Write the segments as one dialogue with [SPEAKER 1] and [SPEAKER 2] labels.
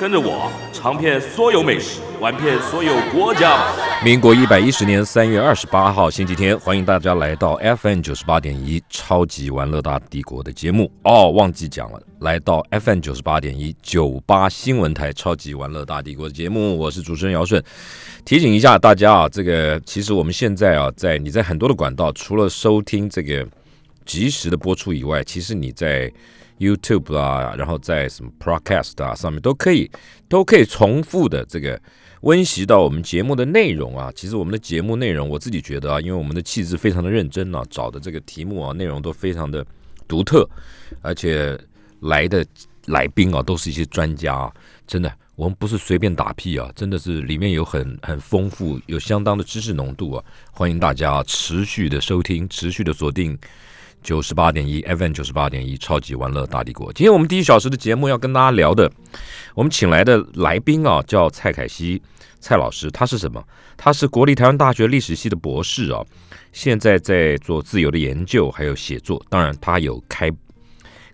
[SPEAKER 1] 跟着我尝遍所有美食，玩遍所有国家吧。
[SPEAKER 2] 民国一百一十年三月二十八号星期天，欢迎大家来到 FM 九十八点一《超级玩乐大帝国》的节目哦，忘记讲了，来到 FM 九十八点一九八新闻台《超级玩乐大帝国》的节目，我是主持人姚顺。提醒一下大家啊，这个其实我们现在啊，在你在很多的管道，除了收听这个及时的播出以外，其实你在 YouTube 啊，然后在什么 Podcast 啊上面都可以，都可以重复的这个温习到我们节目的内容啊。其实我们的节目内容，我自己觉得啊，因为我们的气质非常的认真啊，找的这个题目啊，内容都非常的独特，而且来的来宾啊，都是一些专家啊，真的。我们不是随便打屁啊，真的是里面有很很丰富，有相当的知识浓度啊！欢迎大家、啊、持续的收听，持续的锁定九十八点一 FM 九十八点一超级玩乐大帝国。今天我们第一小时的节目要跟大家聊的，我们请来的来宾啊，叫蔡凯西蔡老师，他是什么？他是国立台湾大学历史系的博士啊，现在在做自由的研究，还有写作。当然，他有开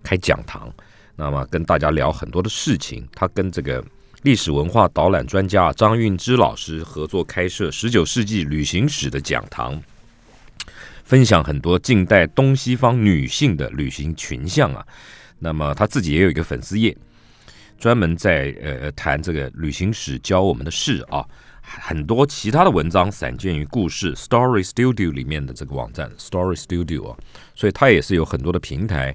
[SPEAKER 2] 开讲堂，那么跟大家聊很多的事情。他跟这个历史文化导览专家张运之老师合作开设十九世纪旅行史的讲堂。分享很多近代东西方女性的旅行群像啊。那么他自己也有一个粉丝页，专门在呃呃谈这个旅行史教我们的事啊。很多其他的文章散见于故事 Story Studio 里面的这个网站 Story Studio 啊，所以他也是有很多的平台，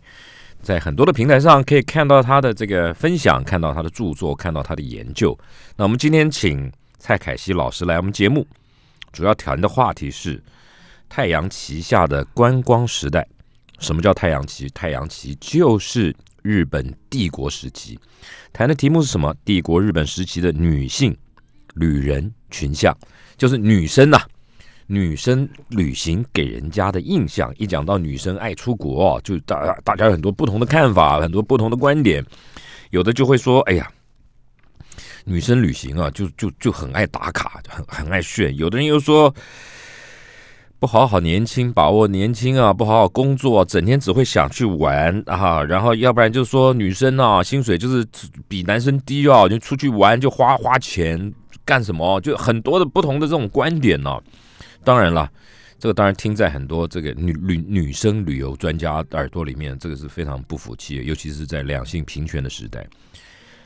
[SPEAKER 2] 在很多的平台上可以看到他的这个分享，看到他的著作，看到他的研究。那我们今天请蔡凯西老师来我们节目，主要谈的话题是太阳旗下的观光时代。什么叫太阳旗？太阳旗就是日本帝国时期。谈的题目是什么？帝国日本时期的女性旅人群像，就是女生呐、女生旅行给人家的印象，一讲到女生爱出国、哦，就大大家有很多不同的看法，很多不同的观点，有的就会说，哎呀。女生旅行啊，就就就很爱打卡，很很爱炫。有的人又说，不好好年轻，把握年轻啊，不好好工作，整天只会想去玩啊，然后要不然就说女生啊，薪水就是比男生低哦，就出去玩就花花钱干什么，就很多的不同的这种观点呢、当然了，这个当然听在很多这个女女女生旅游专家耳朵里面，这个是非常不服气的，尤其是在两性平权的时代。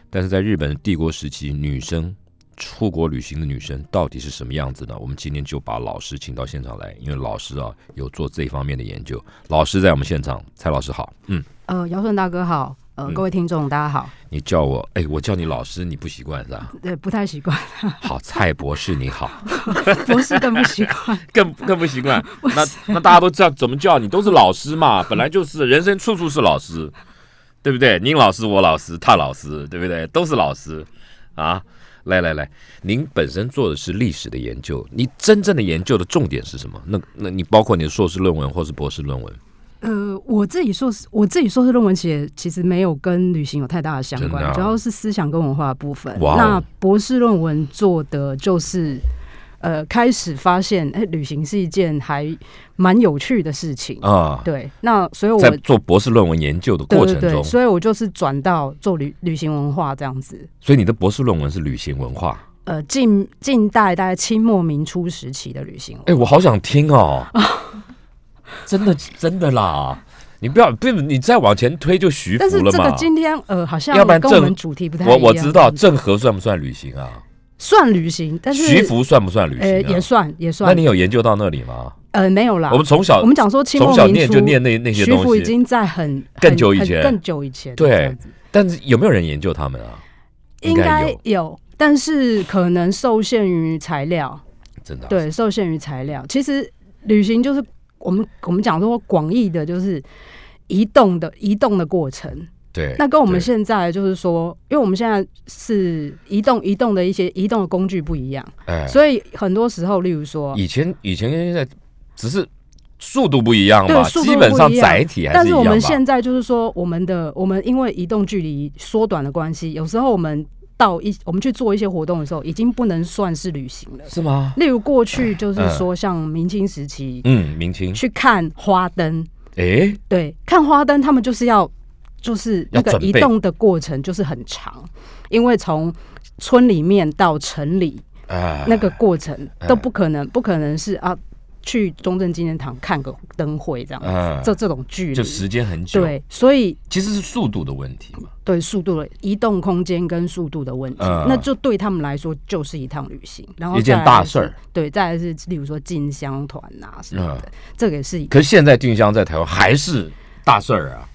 [SPEAKER 2] 但是在日本帝国时期，女生出国旅行的女生到底是什么样子呢？我们今天就把老师请到现场来，因为老师啊有做这方面的研究。老师在我们现场，蔡老师好，嗯，
[SPEAKER 3] 呃，姚顺大哥好，呃，
[SPEAKER 2] 嗯
[SPEAKER 3] 各位听众大家好，
[SPEAKER 2] 你叫我，哎，我叫你老师，你不习惯是吧？
[SPEAKER 3] 呃，不 太习惯，
[SPEAKER 2] 好，蔡博士你好，
[SPEAKER 3] 博士更不习惯，
[SPEAKER 2] 更更不习 惯。那那大家都知道怎么叫你，都是老师嘛，本来就是人生处处是老师，对不对？您老师，我老师，他老师，对不对？都是老师啊！来来来，您本身做的是历史的研究，你真正的研究的重点是什么？那那你包括你的硕士论文或是博士论文，
[SPEAKER 3] 呃，我自己硕士，我自己硕士论文写其实没有跟旅行有太大的相关，
[SPEAKER 2] 真的啊
[SPEAKER 3] 主要是思想跟文化的部分。
[SPEAKER 2] 哇哦
[SPEAKER 3] 那博士论文做的就是，呃，开始发现，哎、旅行是一件还蛮有趣的事情。
[SPEAKER 2] 啊，
[SPEAKER 3] 对，那所以我
[SPEAKER 2] 在做博士论文研究的
[SPEAKER 3] 对
[SPEAKER 2] 过
[SPEAKER 3] 对
[SPEAKER 2] 程
[SPEAKER 3] 对，
[SPEAKER 2] 中，
[SPEAKER 3] 所以我就是转到做旅旅行文化这样子。
[SPEAKER 2] 所以你的博士论文是旅行文化。
[SPEAKER 3] 呃，近近代大概清末民初时期的旅行文化
[SPEAKER 2] 哎、我好想听 哦！真的真的啦，你不要不，你再往前推就徐
[SPEAKER 3] 但是
[SPEAKER 2] 福了
[SPEAKER 3] 这个
[SPEAKER 2] 嘛。
[SPEAKER 3] 今天呃，好像
[SPEAKER 2] 要不然
[SPEAKER 3] 跟我
[SPEAKER 2] 正
[SPEAKER 3] 们主题不太一
[SPEAKER 2] 我
[SPEAKER 3] 样。
[SPEAKER 2] 我知道郑和算不算旅行啊？
[SPEAKER 3] 算旅行，但是
[SPEAKER 2] 徐福算不算旅
[SPEAKER 3] 呃
[SPEAKER 2] 行、
[SPEAKER 3] 也
[SPEAKER 2] 啊？
[SPEAKER 3] 算也
[SPEAKER 2] 那
[SPEAKER 3] 算
[SPEAKER 2] 你。有研究到那里吗？
[SPEAKER 3] 呃没有啦，
[SPEAKER 2] 我们从小
[SPEAKER 3] 我们讲说清末
[SPEAKER 2] 从小
[SPEAKER 3] 民
[SPEAKER 2] 念
[SPEAKER 3] 初
[SPEAKER 2] 就念那那些
[SPEAKER 3] 徐
[SPEAKER 2] 东
[SPEAKER 3] 福已
[SPEAKER 2] 西，
[SPEAKER 3] 经在很
[SPEAKER 2] 更
[SPEAKER 3] 很
[SPEAKER 2] 久以
[SPEAKER 3] 很
[SPEAKER 2] 前
[SPEAKER 3] 更久以前
[SPEAKER 2] 对
[SPEAKER 3] 这样子
[SPEAKER 2] 但是有没有人研究他们啊？应
[SPEAKER 3] 应
[SPEAKER 2] 该
[SPEAKER 3] 该
[SPEAKER 2] 有
[SPEAKER 3] 有，但是可能受限于材料，
[SPEAKER 2] 真的啊、
[SPEAKER 3] 对，受限于材料。其实旅行就是我们我们讲说广义的，就是移动的移动的过程。
[SPEAKER 2] 对，
[SPEAKER 3] 那跟我们
[SPEAKER 2] 对
[SPEAKER 3] 现在就是说，因为我们现在是移动移动的一些移动的工具不一样，
[SPEAKER 2] 哎，
[SPEAKER 3] 所以很多时候，例如说，
[SPEAKER 2] 以前以前跟现在只是速度不一样吧，
[SPEAKER 3] 对速度
[SPEAKER 2] 基本上
[SPEAKER 3] 不一样
[SPEAKER 2] 载体还
[SPEAKER 3] 但
[SPEAKER 2] 是一
[SPEAKER 3] 是我
[SPEAKER 2] 样吧
[SPEAKER 3] 们。现在就是说，我们的我们因为移动距离缩短的关系，有时候我们到一我们去做一些活动的时候，已经不能算是旅行了。
[SPEAKER 2] 是吗？
[SPEAKER 3] 例如过去就是说，像明清时期、
[SPEAKER 2] 嗯，明清，
[SPEAKER 3] 去看花灯，
[SPEAKER 2] 哎，
[SPEAKER 3] 对，看花灯他们就是要就是那个
[SPEAKER 2] 要准
[SPEAKER 3] 移
[SPEAKER 2] 备
[SPEAKER 3] 动的过程就是很长，因为从村里面到城里
[SPEAKER 2] 啊，
[SPEAKER 3] 那个过程
[SPEAKER 2] 哎
[SPEAKER 3] 都不可能，不可能是啊去中正纪念堂看个灯会这样子，
[SPEAKER 2] 嗯
[SPEAKER 3] 这这种距离
[SPEAKER 2] 就时间很久，，
[SPEAKER 3] 对，所以
[SPEAKER 2] 其实是速度的问题嘛。
[SPEAKER 3] 对速度的移动空间跟速度的问题，
[SPEAKER 2] 嗯
[SPEAKER 3] 那就对他们来说就是一趟旅行，然后
[SPEAKER 2] 一件
[SPEAKER 3] 再来
[SPEAKER 2] 大
[SPEAKER 3] 是
[SPEAKER 2] 事儿。嗯
[SPEAKER 3] 对，再来是例如说进香团啊什么的，这个也是一个。
[SPEAKER 2] 可是现在定香在台湾还是大事儿啊。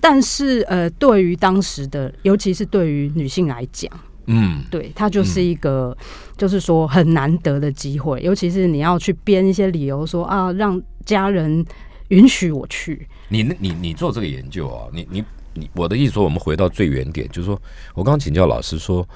[SPEAKER 3] 但是呃，对于当时的，尤其是对于女性来讲，
[SPEAKER 2] 嗯，
[SPEAKER 3] 对它就是一个，就是说很难得的机会，尤其是你要去编一些理由说啊，让家人允许我去，
[SPEAKER 2] 你那你你做这个研究啊，你你你，我的意思说，我们回到最原点，就是说我刚请教老师说，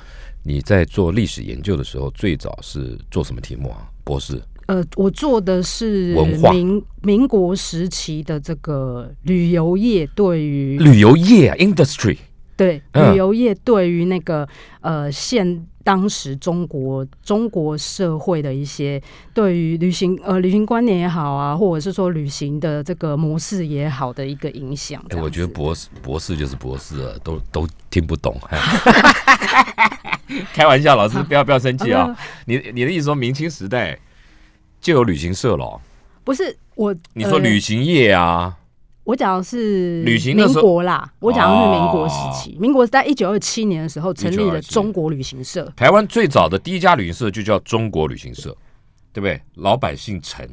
[SPEAKER 2] 你在做历史研究的时候，最早是做什么题目啊？博士
[SPEAKER 3] 呃，我做的是
[SPEAKER 2] 文化
[SPEAKER 3] 民民国时期的这个旅游业对于
[SPEAKER 2] 旅游业啊，industry，
[SPEAKER 3] 对
[SPEAKER 2] 嗯
[SPEAKER 3] 旅游业对于那个呃现当时中国中国社会的一些对于旅行呃旅行观念也好啊，或者是说旅行的这个模式也好的一个影响。这
[SPEAKER 2] 哎，
[SPEAKER 3] 样
[SPEAKER 2] 我觉得
[SPEAKER 3] 子
[SPEAKER 2] 博士博士就是博士了，都都听不懂。哎 开玩笑，老师不要不要生气啊！你你的意思说明清时代就有旅行社了哦？
[SPEAKER 3] 不是我
[SPEAKER 2] 你说旅
[SPEAKER 3] 呃
[SPEAKER 2] 行业啊？
[SPEAKER 3] 我讲的是
[SPEAKER 2] 旅行的
[SPEAKER 3] 民
[SPEAKER 2] 时候
[SPEAKER 3] 国啦，我讲的是民国时
[SPEAKER 2] 哦
[SPEAKER 3] 期，民国在一九二七年的时候成立了
[SPEAKER 2] 1927
[SPEAKER 3] 中国旅行社。
[SPEAKER 2] 台湾最早的第一家旅行社就叫中国旅行社，对不对？老板姓陈，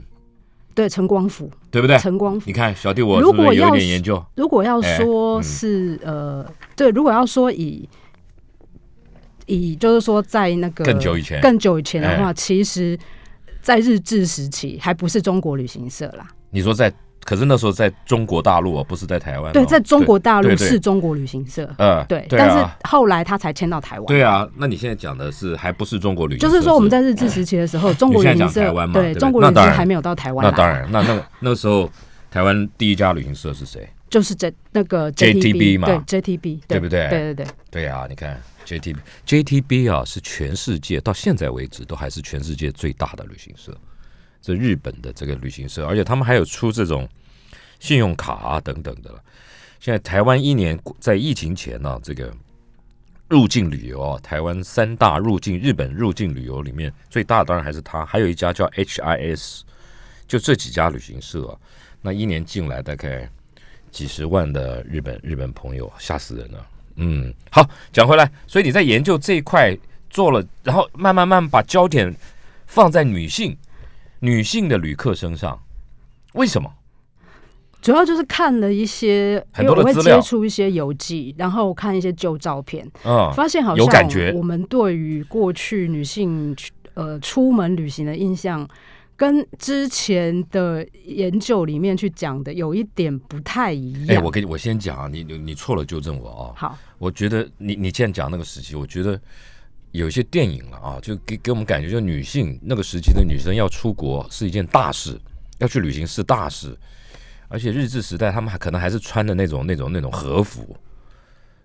[SPEAKER 3] 对，
[SPEAKER 2] 哎
[SPEAKER 3] 陈光福，
[SPEAKER 2] 对不对？
[SPEAKER 3] 陈光福
[SPEAKER 2] 你。看小弟我是
[SPEAKER 3] 如
[SPEAKER 2] 不
[SPEAKER 3] 果
[SPEAKER 2] 是有一
[SPEAKER 3] 要
[SPEAKER 2] 点
[SPEAKER 3] 是
[SPEAKER 2] 研究？
[SPEAKER 3] 如果要
[SPEAKER 2] 哎
[SPEAKER 3] 说
[SPEAKER 2] 嗯
[SPEAKER 3] 是、呃，对，如果要说以以就是说在那个
[SPEAKER 2] 更久以前哎
[SPEAKER 3] 更久以前的话，其实，在日治时期还不是中国旅行社啦，
[SPEAKER 2] 你说在，可是那时候在中国大陆哦，不是在台湾哦。
[SPEAKER 3] 对，在中国大陆
[SPEAKER 2] 对对
[SPEAKER 3] 是中国旅行社，
[SPEAKER 2] 呃，
[SPEAKER 3] 对，
[SPEAKER 2] 对
[SPEAKER 3] 但是
[SPEAKER 2] 啊，
[SPEAKER 3] 后来他才迁到台湾。
[SPEAKER 2] 对啊。那你现在讲的是还不是中国旅行
[SPEAKER 3] 就
[SPEAKER 2] 社？
[SPEAKER 3] 是说，我们在日治时期的时候，中国旅
[SPEAKER 2] 哎你现
[SPEAKER 3] 行
[SPEAKER 2] 在讲台
[SPEAKER 3] 社
[SPEAKER 2] 湾嘛对
[SPEAKER 3] 对
[SPEAKER 2] 不对
[SPEAKER 3] 中国旅
[SPEAKER 2] 那
[SPEAKER 3] 行
[SPEAKER 2] 当
[SPEAKER 3] 社
[SPEAKER 2] 然
[SPEAKER 3] 还没有到台湾
[SPEAKER 2] 那
[SPEAKER 3] 来，
[SPEAKER 2] 当然，那那个那时候台湾第一家旅行社是谁？
[SPEAKER 3] 就是这那个
[SPEAKER 2] JTB 嘛
[SPEAKER 3] 对 JTB，
[SPEAKER 2] 对不对
[SPEAKER 3] 对对对，
[SPEAKER 2] 对啊，你看 JTB JTB 啊，是全世界到现在为止都还是全世界最大的旅行社，这日本的这个旅行社，而且他们还有出这种信用卡啊等等的了。现在台湾一年在疫情前呢、这个入境旅游啊，台湾三大入境日本入境旅游里面最大的当然还是它，还有一家叫 HIS，就这几家旅行社啊、那一年进来大概几十万的日本日本朋友，吓死人了。嗯，好，讲回来，所以你在研究这一块做了，然后慢慢慢把焦点放在女性女性的旅客身上，为什么？
[SPEAKER 3] 主要就是看了一些，
[SPEAKER 2] 很多的
[SPEAKER 3] 因为我
[SPEAKER 2] 资
[SPEAKER 3] 会
[SPEAKER 2] 料
[SPEAKER 3] 接触一些游记，然后看一些旧照片，
[SPEAKER 2] 嗯，
[SPEAKER 3] 发现好像
[SPEAKER 2] 有感觉
[SPEAKER 3] 我们对于过去女性呃出门旅行的印象，跟之前的研究里面去讲的有一点不太一
[SPEAKER 2] 哎、
[SPEAKER 3] 样。
[SPEAKER 2] 我跟你我先讲啊，你你你错了，纠正我啊。
[SPEAKER 3] 好，
[SPEAKER 2] 我觉得你你现在讲那个时期，我觉得有一些电影了啊，就给给我们感觉，就女性那个时期的女生要出国是一件大事，要去旅行是大事，而且日治时代他们还可能还是穿的那种那种那种和服，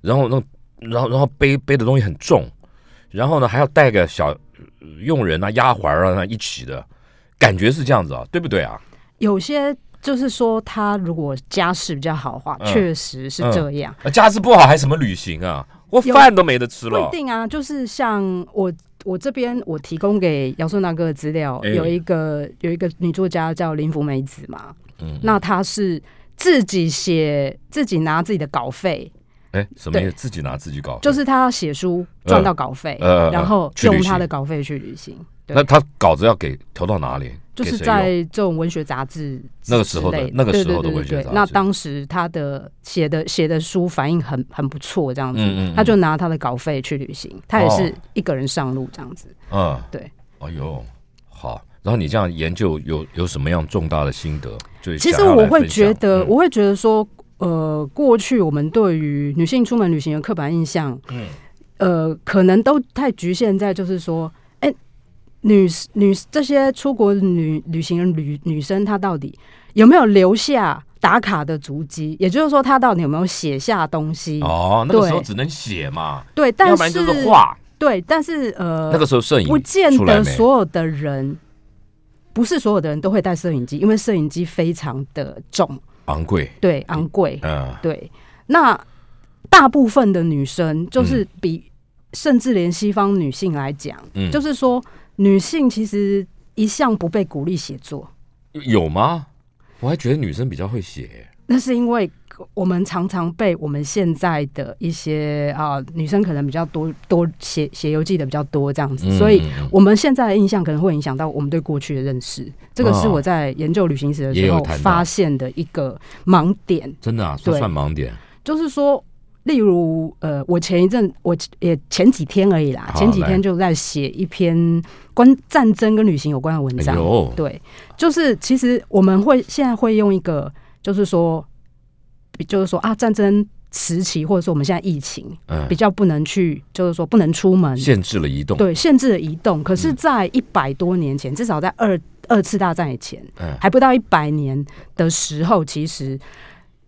[SPEAKER 2] 然后那然后然后背背的东西很重，然后呢还要带个小呃佣人啊、丫鬟啊那一起的，感觉是这样子啊，对不对啊？
[SPEAKER 3] 有些就是说，他如果家世比较好的话，
[SPEAKER 2] 嗯
[SPEAKER 3] 确、实是这样。
[SPEAKER 2] 啊家世不好还什么旅行啊？我
[SPEAKER 3] 有
[SPEAKER 2] 饭都没得吃
[SPEAKER 3] 不一
[SPEAKER 2] 了。
[SPEAKER 3] 定啊，就是像我我这边我提供给姚顺大哥的资料，
[SPEAKER 2] 哎
[SPEAKER 3] 有一个有一个女作家叫林福美子嘛，
[SPEAKER 2] 嗯
[SPEAKER 3] 那她是自己写，自己拿自己的稿费，
[SPEAKER 2] 哎，什么意思？
[SPEAKER 3] 对
[SPEAKER 2] 自己拿自己搞？
[SPEAKER 3] 就是她写书赚到稿费，
[SPEAKER 2] 呃呃
[SPEAKER 3] 然后
[SPEAKER 2] 去旅
[SPEAKER 3] 用
[SPEAKER 2] 行
[SPEAKER 3] 她的稿费去旅行。对
[SPEAKER 2] 那他稿子要给投到哪里？
[SPEAKER 3] 就是
[SPEAKER 2] 给谁
[SPEAKER 3] 在
[SPEAKER 2] 用
[SPEAKER 3] 这种文学杂志之
[SPEAKER 2] 那个时候的
[SPEAKER 3] 之类
[SPEAKER 2] 那个时候的
[SPEAKER 3] 对对对
[SPEAKER 2] 文学
[SPEAKER 3] 对
[SPEAKER 2] 杂志
[SPEAKER 3] 那当时他的写的写的书反应很很不错，这样子，
[SPEAKER 2] 嗯嗯嗯
[SPEAKER 3] 他就拿他的稿费去旅行，他也
[SPEAKER 2] 哦
[SPEAKER 3] 是一个人上路这样子。
[SPEAKER 2] 嗯，
[SPEAKER 3] 对。
[SPEAKER 2] 哎呦，好。然后你这样研究有有什么样重大的心得？就是
[SPEAKER 3] 其实
[SPEAKER 2] 想要来
[SPEAKER 3] 我会
[SPEAKER 2] 分享
[SPEAKER 3] 觉得，
[SPEAKER 2] 嗯
[SPEAKER 3] 我会觉得说，呃，过去我们对于女性出门旅行的刻板印象，
[SPEAKER 2] 嗯
[SPEAKER 3] 呃，可能都太局限在就是说，哎、女女这些出国女旅行的女女生，她到底有没有留下打卡的足迹？也就是说，她到底有没有写下东西？
[SPEAKER 2] 哦，那个时候
[SPEAKER 3] 对
[SPEAKER 2] 只能写嘛，
[SPEAKER 3] 对，
[SPEAKER 2] 要
[SPEAKER 3] 但
[SPEAKER 2] 不然
[SPEAKER 3] 是
[SPEAKER 2] 就是画。
[SPEAKER 3] 对，但是呃，
[SPEAKER 2] 那个时候摄影
[SPEAKER 3] 不见
[SPEAKER 2] 出来
[SPEAKER 3] 得
[SPEAKER 2] 没
[SPEAKER 3] 所有的人，不是所有的人都会带摄影机，因为摄影机非常的重，
[SPEAKER 2] 昂贵，
[SPEAKER 3] 对，昂贵，
[SPEAKER 2] 嗯，
[SPEAKER 3] 对。那大部分的女生就是比，甚至连西方女性来讲，
[SPEAKER 2] 嗯
[SPEAKER 3] 就是说女性其实一向不被鼓励写作，
[SPEAKER 2] 有吗？我还觉得女生比较会写，
[SPEAKER 3] 那是因为。我们常常被我们现在的一些啊、女生可能比较多多写写游记的比较多这样子，所以
[SPEAKER 2] 嗯嗯
[SPEAKER 3] 我们现在的印象可能会影响到我们对过去的认识，这个是
[SPEAKER 2] 哦
[SPEAKER 3] 我在研究旅行史的
[SPEAKER 2] 也
[SPEAKER 3] 时
[SPEAKER 2] 有
[SPEAKER 3] 候
[SPEAKER 2] 谈到
[SPEAKER 3] 发现的一个盲点，
[SPEAKER 2] 真的啊，算
[SPEAKER 3] 对
[SPEAKER 2] 算盲点。
[SPEAKER 3] 就是说，例如呃，我前一阵我也前几天而已啦，
[SPEAKER 2] 好
[SPEAKER 3] 前几
[SPEAKER 2] 来
[SPEAKER 3] 天就在写一篇关战争跟旅行有关的文
[SPEAKER 2] 哎
[SPEAKER 3] 章，
[SPEAKER 2] 呦，
[SPEAKER 3] 对，就是其实我们会现在会用一个，就是说，比就是说啊，战争时期或者说我们现在疫情
[SPEAKER 2] 嗯
[SPEAKER 3] 比，较不能去，就是说不能出门，
[SPEAKER 2] 限制了移动，嗯
[SPEAKER 3] 对，限制了移动。可是，在一百多年前，至少在二二次大战以前，
[SPEAKER 2] 嗯，
[SPEAKER 3] 还不到一百年的时候，其实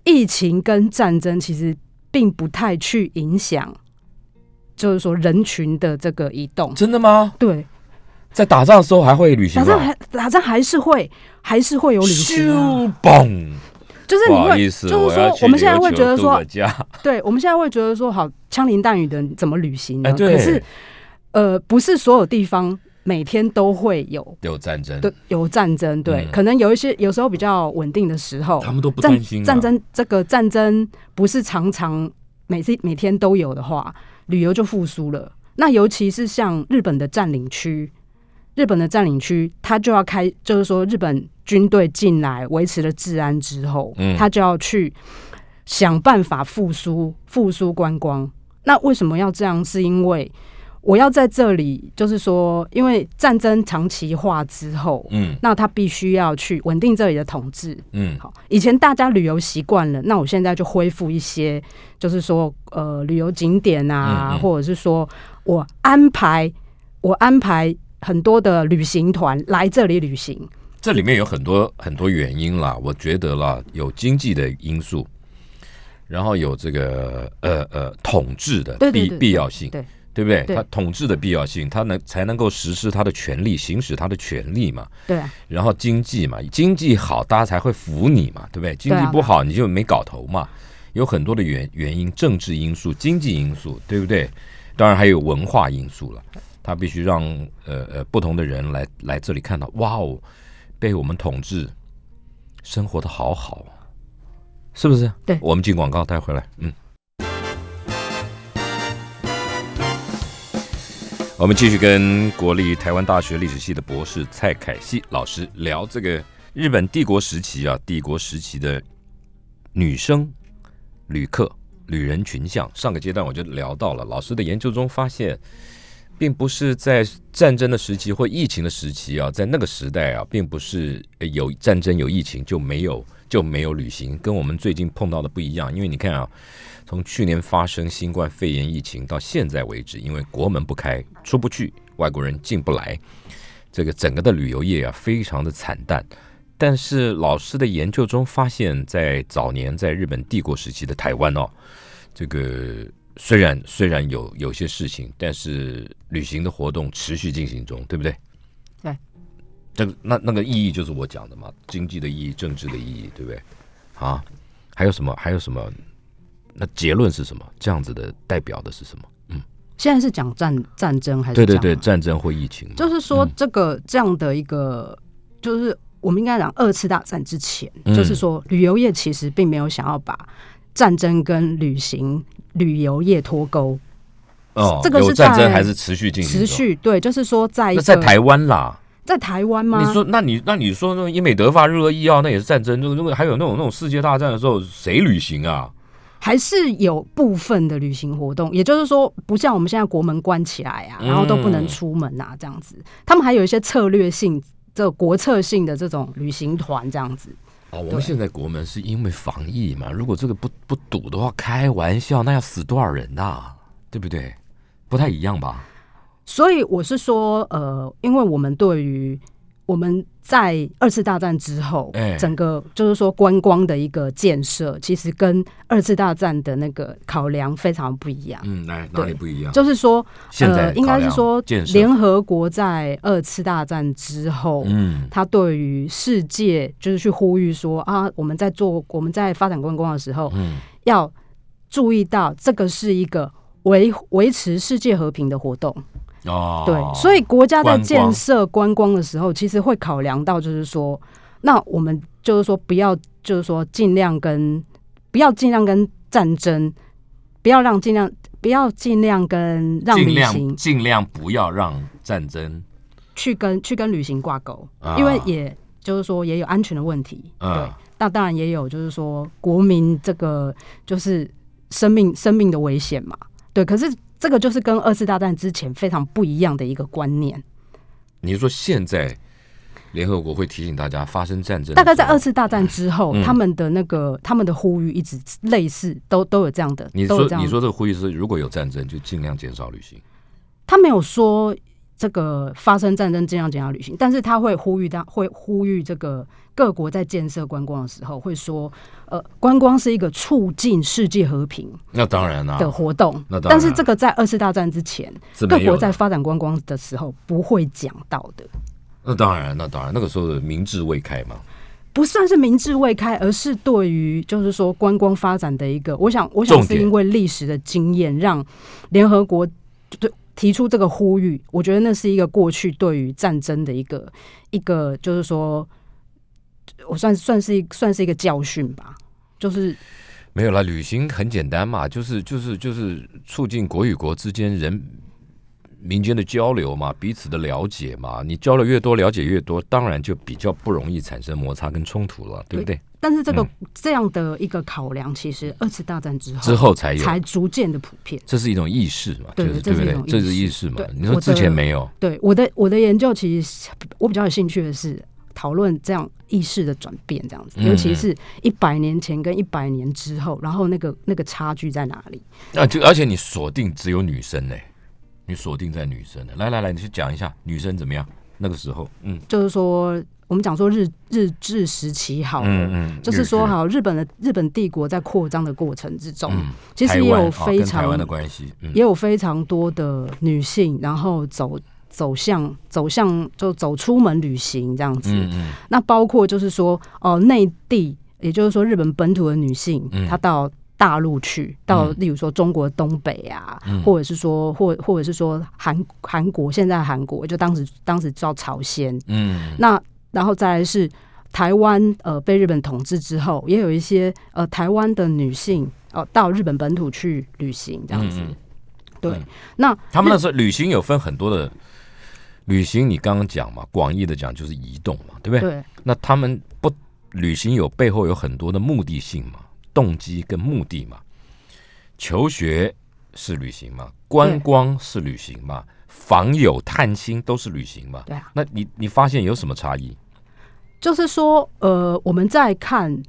[SPEAKER 3] 疫情跟战争其实并不太去影响，就是说人群的这个移动。
[SPEAKER 2] 真的吗？
[SPEAKER 3] 对，
[SPEAKER 2] 在打仗的时候还会旅行
[SPEAKER 3] 打
[SPEAKER 2] 啊？
[SPEAKER 3] 仗还打仗还是会还是会有旅行啊、
[SPEAKER 2] 咻嘣！
[SPEAKER 3] 就是
[SPEAKER 2] 不
[SPEAKER 3] 你
[SPEAKER 2] 好
[SPEAKER 3] 会，
[SPEAKER 2] 意
[SPEAKER 3] 就是
[SPEAKER 2] 思，
[SPEAKER 3] 说
[SPEAKER 2] 要去
[SPEAKER 3] 我们现在会
[SPEAKER 2] 琉
[SPEAKER 3] 觉得
[SPEAKER 2] 球
[SPEAKER 3] 说
[SPEAKER 2] 度个，假
[SPEAKER 3] 对，我们现在会觉得说，好枪林弹雨的怎么旅行呢？
[SPEAKER 2] 哎对
[SPEAKER 3] 嗯可是呃，不是所有地方每天都会有
[SPEAKER 2] 有战争，
[SPEAKER 3] 对，有战争，对，
[SPEAKER 2] 嗯
[SPEAKER 3] 可能有一些有时候比较稳定的时候，
[SPEAKER 2] 他们都不
[SPEAKER 3] 战
[SPEAKER 2] 担心啊
[SPEAKER 3] 战争这个战争不是常常每次每天都有的话，旅游就复苏了。那尤其是像日本的占领区，日本的占领区，它就要开，就是说日本军队进来维持了治安之后，
[SPEAKER 2] 嗯
[SPEAKER 3] 它就要去想办法复苏复苏观光。那为什么要这样？是因为我要在这里，就是说，因为战争长期化之后，
[SPEAKER 2] 嗯
[SPEAKER 3] 那他必须要去稳定这里的统治。
[SPEAKER 2] 嗯，
[SPEAKER 3] 好，以前大家旅游习惯了，那我现在就恢复一些，就是说，呃，旅游景点啊，
[SPEAKER 2] 嗯嗯
[SPEAKER 3] 或者是说我安排，我安排很多的旅行团来这里旅行。
[SPEAKER 2] 这里面有很多很多原因啦，我觉得啦，有经济的因素，然后有这个呃呃统治的
[SPEAKER 3] 对对
[SPEAKER 2] 必
[SPEAKER 3] 对
[SPEAKER 2] 必要性，
[SPEAKER 3] 对
[SPEAKER 2] 对不对？
[SPEAKER 3] 对
[SPEAKER 2] 他统治的必要性，他能才能够实施他的权利，行使他的权利嘛。
[SPEAKER 3] 对啊，
[SPEAKER 2] 然后经济嘛，经济好，大家才会服你嘛，对不对？经
[SPEAKER 3] 对
[SPEAKER 2] 济
[SPEAKER 3] 啊
[SPEAKER 2] 不好，你就没搞头嘛。有很多的原原因，政治因素、经济因素，对不对？当然还有文化因素了，他必须让呃呃不同的人来来这里看到，哇哦，被我们统治，生活的好好啊，是不是？
[SPEAKER 3] 对
[SPEAKER 2] 我们进广告，待会儿回来，嗯。我们继续跟国立台湾大学历史系的博士蔡凯西老师聊这个日本帝国时期啊，帝国时期的女生旅客、旅人群像。上个阶段我就聊到了，老师的研究中发现，并不是在战争的时期或疫情的时期啊，在那个时代啊，并不是呃有战争有疫情就没有就没有旅行，跟我们最近碰到的不一样。因为你看啊，从去年发生新冠肺炎疫情到现在为止，因为国门不开，出不去，外国人进不来，这个整个的旅游业啊，非常的惨淡。但是老师的研究中发现，在早年在日本帝国时期的台湾哦，这个虽然虽然有有些事情，但是旅行的活动持续进行中，对不对？
[SPEAKER 3] 对。
[SPEAKER 2] 这个那那个意义就是我讲的嘛，经济的意义、政治的意义，对不对？啊，还有什么？还有什么？那结论是什么？这样子的代表的是什么？
[SPEAKER 3] 现在是讲战战争还是
[SPEAKER 2] 对对
[SPEAKER 3] 讲啊
[SPEAKER 2] 对，战争或疫情嘛，
[SPEAKER 3] 就是说
[SPEAKER 2] 嗯
[SPEAKER 3] 这个、这样的一个，就是我们应该讲二次大战之前，
[SPEAKER 2] 嗯
[SPEAKER 3] 就是说旅游业其实并没有想要把战争跟旅行旅游业脱钩，
[SPEAKER 2] 哦，
[SPEAKER 3] 这个是
[SPEAKER 2] 有战争
[SPEAKER 3] 在
[SPEAKER 2] 还是持续进行中？
[SPEAKER 3] 持续对，就是说在一
[SPEAKER 2] 那
[SPEAKER 3] 个
[SPEAKER 2] 在台湾啦，
[SPEAKER 3] 在台湾吗？
[SPEAKER 2] 你说，那你那你说，那种英美德法日俄意啊，那也是战争。那个那个还有那种那种世界大战的时候，谁旅行啊？
[SPEAKER 3] 还是有部分的旅行活动，也就是说，不像我们现在国门关起来啊，
[SPEAKER 2] 嗯
[SPEAKER 3] 然后都不能出门啊，这样子。他们还有一些策略性、这国策性的这种旅行团这样子。
[SPEAKER 2] 哦，我
[SPEAKER 3] 对
[SPEAKER 2] 们现在国门是因为防疫嘛，如果这个不不堵的话，开玩笑，那要死多少人呐、对不对？不太一样吧？
[SPEAKER 3] 所以我是说，呃，因为我们对于我们在二次大战之后，
[SPEAKER 2] 哎
[SPEAKER 3] 整个就是说观光的一个建设，其实跟二次大战的那个考量非常不一样。
[SPEAKER 2] 嗯，来
[SPEAKER 3] 哪里
[SPEAKER 2] 不一样
[SPEAKER 3] 就是说，
[SPEAKER 2] 现在
[SPEAKER 3] 呃，应该
[SPEAKER 2] 考
[SPEAKER 3] 是
[SPEAKER 2] 量
[SPEAKER 3] 说
[SPEAKER 2] 建，设
[SPEAKER 3] 联合国在二次大战之后，
[SPEAKER 2] 嗯
[SPEAKER 3] 他对于世界就是去呼吁说啊，我们在做我们在发展观光的时候，
[SPEAKER 2] 嗯
[SPEAKER 3] 要注意到这个是一个维维持世界和平的活动。
[SPEAKER 2] 哦，
[SPEAKER 3] 对，所以国家在
[SPEAKER 2] 观光
[SPEAKER 3] 建设观光的时候，其实会考量到，就是说，那我们就是说不要，就是说尽量跟不要尽量跟战争，不要让尽量不要尽量跟让
[SPEAKER 2] 尽
[SPEAKER 3] 旅
[SPEAKER 2] 量
[SPEAKER 3] 行
[SPEAKER 2] 尽量不要让战争
[SPEAKER 3] 去跟去跟旅行挂钩，
[SPEAKER 2] 啊
[SPEAKER 3] 因为也就是说也有安全的问题，对
[SPEAKER 2] 啊，
[SPEAKER 3] 那当然也有就是说国民这个就是生命生命的危险嘛，对，可是这个就是跟二次大战之前非常不一样的一个观念。
[SPEAKER 2] 你是说现在联合国会提醒大家发生战争的时候，
[SPEAKER 3] 大概在二次大战之后，
[SPEAKER 2] 嗯
[SPEAKER 3] 他们的那个他们的呼吁一直类似，都都有这样的，
[SPEAKER 2] 你
[SPEAKER 3] 都有
[SPEAKER 2] 说
[SPEAKER 3] 这样
[SPEAKER 2] 你
[SPEAKER 3] 的
[SPEAKER 2] 说这个呼吁是，如果有战争，就尽量减少旅行。
[SPEAKER 3] 他没有说这个发生战争尽量减少旅行，但是他会呼吁他会呼吁这个各国在建设观光的时候会说，呃，观光是一个促进世界和平
[SPEAKER 2] 那当然啦、
[SPEAKER 3] 的活动，
[SPEAKER 2] 那当然
[SPEAKER 3] 但是这个在二次大战之前，
[SPEAKER 2] 是
[SPEAKER 3] 各
[SPEAKER 2] 没有
[SPEAKER 3] 国
[SPEAKER 2] 的
[SPEAKER 3] 在发展观光的时候不会讲到的。
[SPEAKER 2] 那当然，那当然，那个时候的民智未开嘛。
[SPEAKER 3] 不算是民智未开，而是对于就是说观光发展的一个，我想，我想
[SPEAKER 2] 重
[SPEAKER 3] 是
[SPEAKER 2] 点
[SPEAKER 3] 因为历史的经验，让联合国就提出这个呼吁，我觉得那是一个过去对于战争的一个一个，就是说，我算算是一算是一个教训吧，就是
[SPEAKER 2] 没有啦，旅行很简单嘛，就是就是就是促进国与国之间人民间的交流嘛，彼此的了解嘛。你交流越多，了解越多，当然就比较不容易产生摩擦跟冲突了，对不对？
[SPEAKER 3] 但是这个、
[SPEAKER 2] 嗯
[SPEAKER 3] 这样的一个考量，其实二次大战之后
[SPEAKER 2] 之后才有，
[SPEAKER 3] 才逐渐的普遍。
[SPEAKER 2] 这是一种意识嘛，
[SPEAKER 3] 对
[SPEAKER 2] 就是
[SPEAKER 3] 这
[SPEAKER 2] 对
[SPEAKER 3] 是
[SPEAKER 2] 不
[SPEAKER 3] 一
[SPEAKER 2] 对
[SPEAKER 3] 种？意
[SPEAKER 2] 这是
[SPEAKER 3] 识
[SPEAKER 2] 意识嘛
[SPEAKER 3] 对。
[SPEAKER 2] 你说
[SPEAKER 3] 我
[SPEAKER 2] 之前
[SPEAKER 3] 的
[SPEAKER 2] 没有，
[SPEAKER 3] 对我的我的研究，其实我比较有兴趣的是讨论这样意识的转变，这样子，
[SPEAKER 2] 嗯
[SPEAKER 3] 尤其是一百年前跟一百年之后，然后那个那个差距在哪里？
[SPEAKER 2] 啊，就而且你锁定只有女生呢、你锁定在女生呢、来来来，你去讲一下女生怎么样？那个时候，嗯
[SPEAKER 3] 就是说，我们讲说日日治时期好了。
[SPEAKER 2] 嗯嗯，
[SPEAKER 3] 就是说，
[SPEAKER 2] 日
[SPEAKER 3] 好，日本的日本帝国在扩张的过程之中，
[SPEAKER 2] 嗯
[SPEAKER 3] 其实也
[SPEAKER 2] 台湾
[SPEAKER 3] 有
[SPEAKER 2] 啊
[SPEAKER 3] 非
[SPEAKER 2] 跟台
[SPEAKER 3] 常、
[SPEAKER 2] 湾的关系，嗯
[SPEAKER 3] 也有非常多的女性，然后走走向走向就走出门旅行这样子。
[SPEAKER 2] 嗯嗯
[SPEAKER 3] 那包括就是说，哦、内地，也就是说日本本土的女性，
[SPEAKER 2] 嗯
[SPEAKER 3] 她到大陆去，到
[SPEAKER 2] 嗯
[SPEAKER 3] 例如说中国东北啊，
[SPEAKER 2] 嗯
[SPEAKER 3] 或者是说，或或者是说韩韩国，现在韩国就当时当时叫朝鲜，
[SPEAKER 2] 嗯，
[SPEAKER 3] 那然后再来是台湾，呃，被日本统治之后，也有一些呃台湾的女性哦、到日本本土去旅行这样子。
[SPEAKER 2] 嗯嗯
[SPEAKER 3] 对，
[SPEAKER 2] 嗯
[SPEAKER 3] 那
[SPEAKER 2] 他们那时候旅行有分很多的旅行，你刚刚讲嘛，广义的讲就是移动嘛，对不对？
[SPEAKER 3] 对
[SPEAKER 2] 那他们不旅行有背后有很多的目的性嘛，动机跟目的嘛。求学是旅行嘛，观光是旅行嘛，访友探亲都是旅行嘛。
[SPEAKER 3] 对啊，
[SPEAKER 2] 那你你发现有什么差异？
[SPEAKER 3] 就是说，呃，我们在看，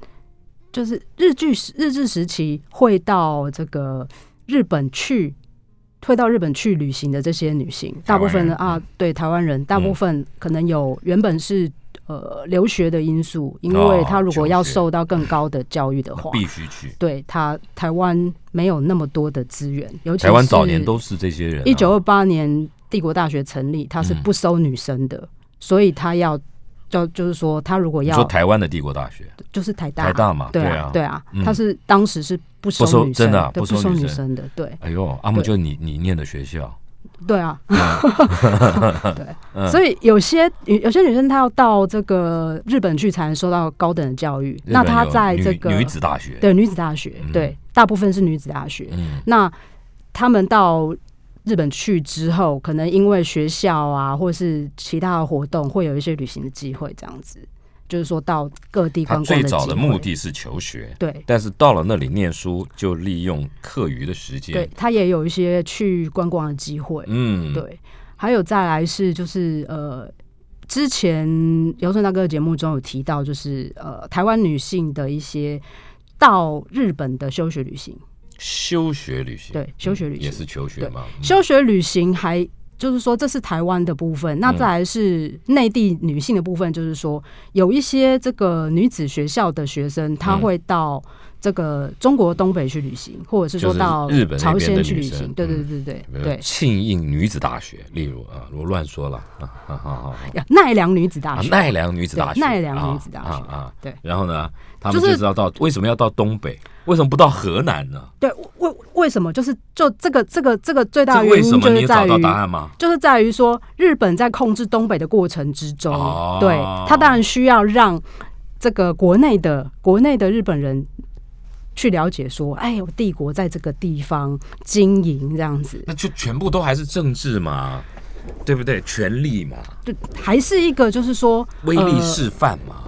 [SPEAKER 3] 就是日剧时日治时期会到这个日本去，会到日本去旅行的这些女性，
[SPEAKER 2] 台
[SPEAKER 3] 大部
[SPEAKER 2] 湾
[SPEAKER 3] 分
[SPEAKER 2] 人嗯
[SPEAKER 3] 的啊，对台湾人，大部分可能有原本是。呃，留学的因素，因为
[SPEAKER 2] 哦
[SPEAKER 3] 她如
[SPEAKER 2] 求
[SPEAKER 3] 果要
[SPEAKER 2] 学
[SPEAKER 3] 受到更高的教育的
[SPEAKER 2] 那
[SPEAKER 3] 话，
[SPEAKER 2] 必须去。
[SPEAKER 3] 对她台湾没有那么多的资源，尤其
[SPEAKER 2] 台湾早年都是这些人、啊，
[SPEAKER 3] 一九二八年帝国大学成立，它是
[SPEAKER 2] 嗯
[SPEAKER 3] 不收女生的，所以她要就就是说，她如果
[SPEAKER 2] 你
[SPEAKER 3] 要
[SPEAKER 2] 说台湾的帝国大学，
[SPEAKER 3] 就是台大，
[SPEAKER 2] 台大嘛，
[SPEAKER 3] 对
[SPEAKER 2] 啊
[SPEAKER 3] 啊，，对啊，
[SPEAKER 2] 嗯
[SPEAKER 3] 他是当时是不收
[SPEAKER 2] 不收
[SPEAKER 3] 女生
[SPEAKER 2] 真的啊
[SPEAKER 3] 对
[SPEAKER 2] 不
[SPEAKER 3] 不
[SPEAKER 2] 收
[SPEAKER 3] 收
[SPEAKER 2] 女
[SPEAKER 3] 女
[SPEAKER 2] 生
[SPEAKER 3] 生的，对
[SPEAKER 2] 哎呦，阿姆
[SPEAKER 3] 对
[SPEAKER 2] 就你你念的学校，
[SPEAKER 3] 对啊，对，所以有些有有些女生她要到这个日本去才能受到高等的教育，
[SPEAKER 2] 日
[SPEAKER 3] 那
[SPEAKER 2] 本
[SPEAKER 3] 她
[SPEAKER 2] 有
[SPEAKER 3] 在
[SPEAKER 2] 女
[SPEAKER 3] 这个
[SPEAKER 2] 女子大学，
[SPEAKER 3] 对女子大学
[SPEAKER 2] 嗯，
[SPEAKER 3] 对，大部分是女子大学，
[SPEAKER 2] 嗯，
[SPEAKER 3] 那他们到日本去之后，可能因为学校啊，或是其他的活动，会有一些旅行的机会，这样子，就是说到各地
[SPEAKER 2] 他
[SPEAKER 3] 观光
[SPEAKER 2] 最
[SPEAKER 3] 的
[SPEAKER 2] 早
[SPEAKER 3] 机
[SPEAKER 2] 的
[SPEAKER 3] 会
[SPEAKER 2] 目，的是求学，
[SPEAKER 3] 对
[SPEAKER 2] 但是到了那里念书，就利用课余的时
[SPEAKER 3] 对
[SPEAKER 2] 间，，
[SPEAKER 3] 他也有一些去观光的机会，
[SPEAKER 2] 嗯，
[SPEAKER 3] 对，还有再来是就是呃，之前尤顺大哥的节目中有提到，就是呃，台湾女性的一些到日本的休学旅行。
[SPEAKER 2] 嗯休学旅行，
[SPEAKER 3] 对休学旅行
[SPEAKER 2] 也是求学嘛，嗯
[SPEAKER 3] 休学旅行还就是说，这是台湾的部分，
[SPEAKER 2] 嗯
[SPEAKER 3] 那再来是内地女性的部分，就是说有一些这个女子学校的学生，她
[SPEAKER 2] 嗯
[SPEAKER 3] 会到这个中国东北去旅行，或者是说
[SPEAKER 2] 就是
[SPEAKER 3] 到
[SPEAKER 2] 日本那
[SPEAKER 3] 朝
[SPEAKER 2] 边的
[SPEAKER 3] 鲜去
[SPEAKER 2] 女
[SPEAKER 3] 旅
[SPEAKER 2] 生嗯
[SPEAKER 3] 行。对对对对
[SPEAKER 2] 比如
[SPEAKER 3] 对，
[SPEAKER 2] 庆应女子大学，例如啊，我乱说了啊，好好好，
[SPEAKER 3] 呀奈良女子大
[SPEAKER 2] 啊
[SPEAKER 3] 学，
[SPEAKER 2] 奈良女子大学，
[SPEAKER 3] 对奈良女子大学
[SPEAKER 2] 啊啊啊，
[SPEAKER 3] 对
[SPEAKER 2] 然后呢，他们
[SPEAKER 3] 就
[SPEAKER 2] 就是知道到为什么要到东北，为什么不到河南呢？
[SPEAKER 3] 对，为为什么就是就这个这个这个最
[SPEAKER 2] 这
[SPEAKER 3] 大
[SPEAKER 2] 个
[SPEAKER 3] 的
[SPEAKER 2] 为
[SPEAKER 3] 原
[SPEAKER 2] 什么
[SPEAKER 3] 因就
[SPEAKER 2] 你
[SPEAKER 3] 是
[SPEAKER 2] 有
[SPEAKER 3] 在
[SPEAKER 2] 找
[SPEAKER 3] 于
[SPEAKER 2] 到答案吗？
[SPEAKER 3] 就是在于说，日本在控制东北的过程之中，
[SPEAKER 2] 哦
[SPEAKER 3] 对他当然需要让这个国内的国内的日本人去了解说，哎呦，帝国在这个地方经营这样子，
[SPEAKER 2] 那就全部都还是政治嘛，对不对？权力嘛，
[SPEAKER 3] 就还是一个就是说
[SPEAKER 2] 威力
[SPEAKER 3] 呃
[SPEAKER 2] 示范嘛，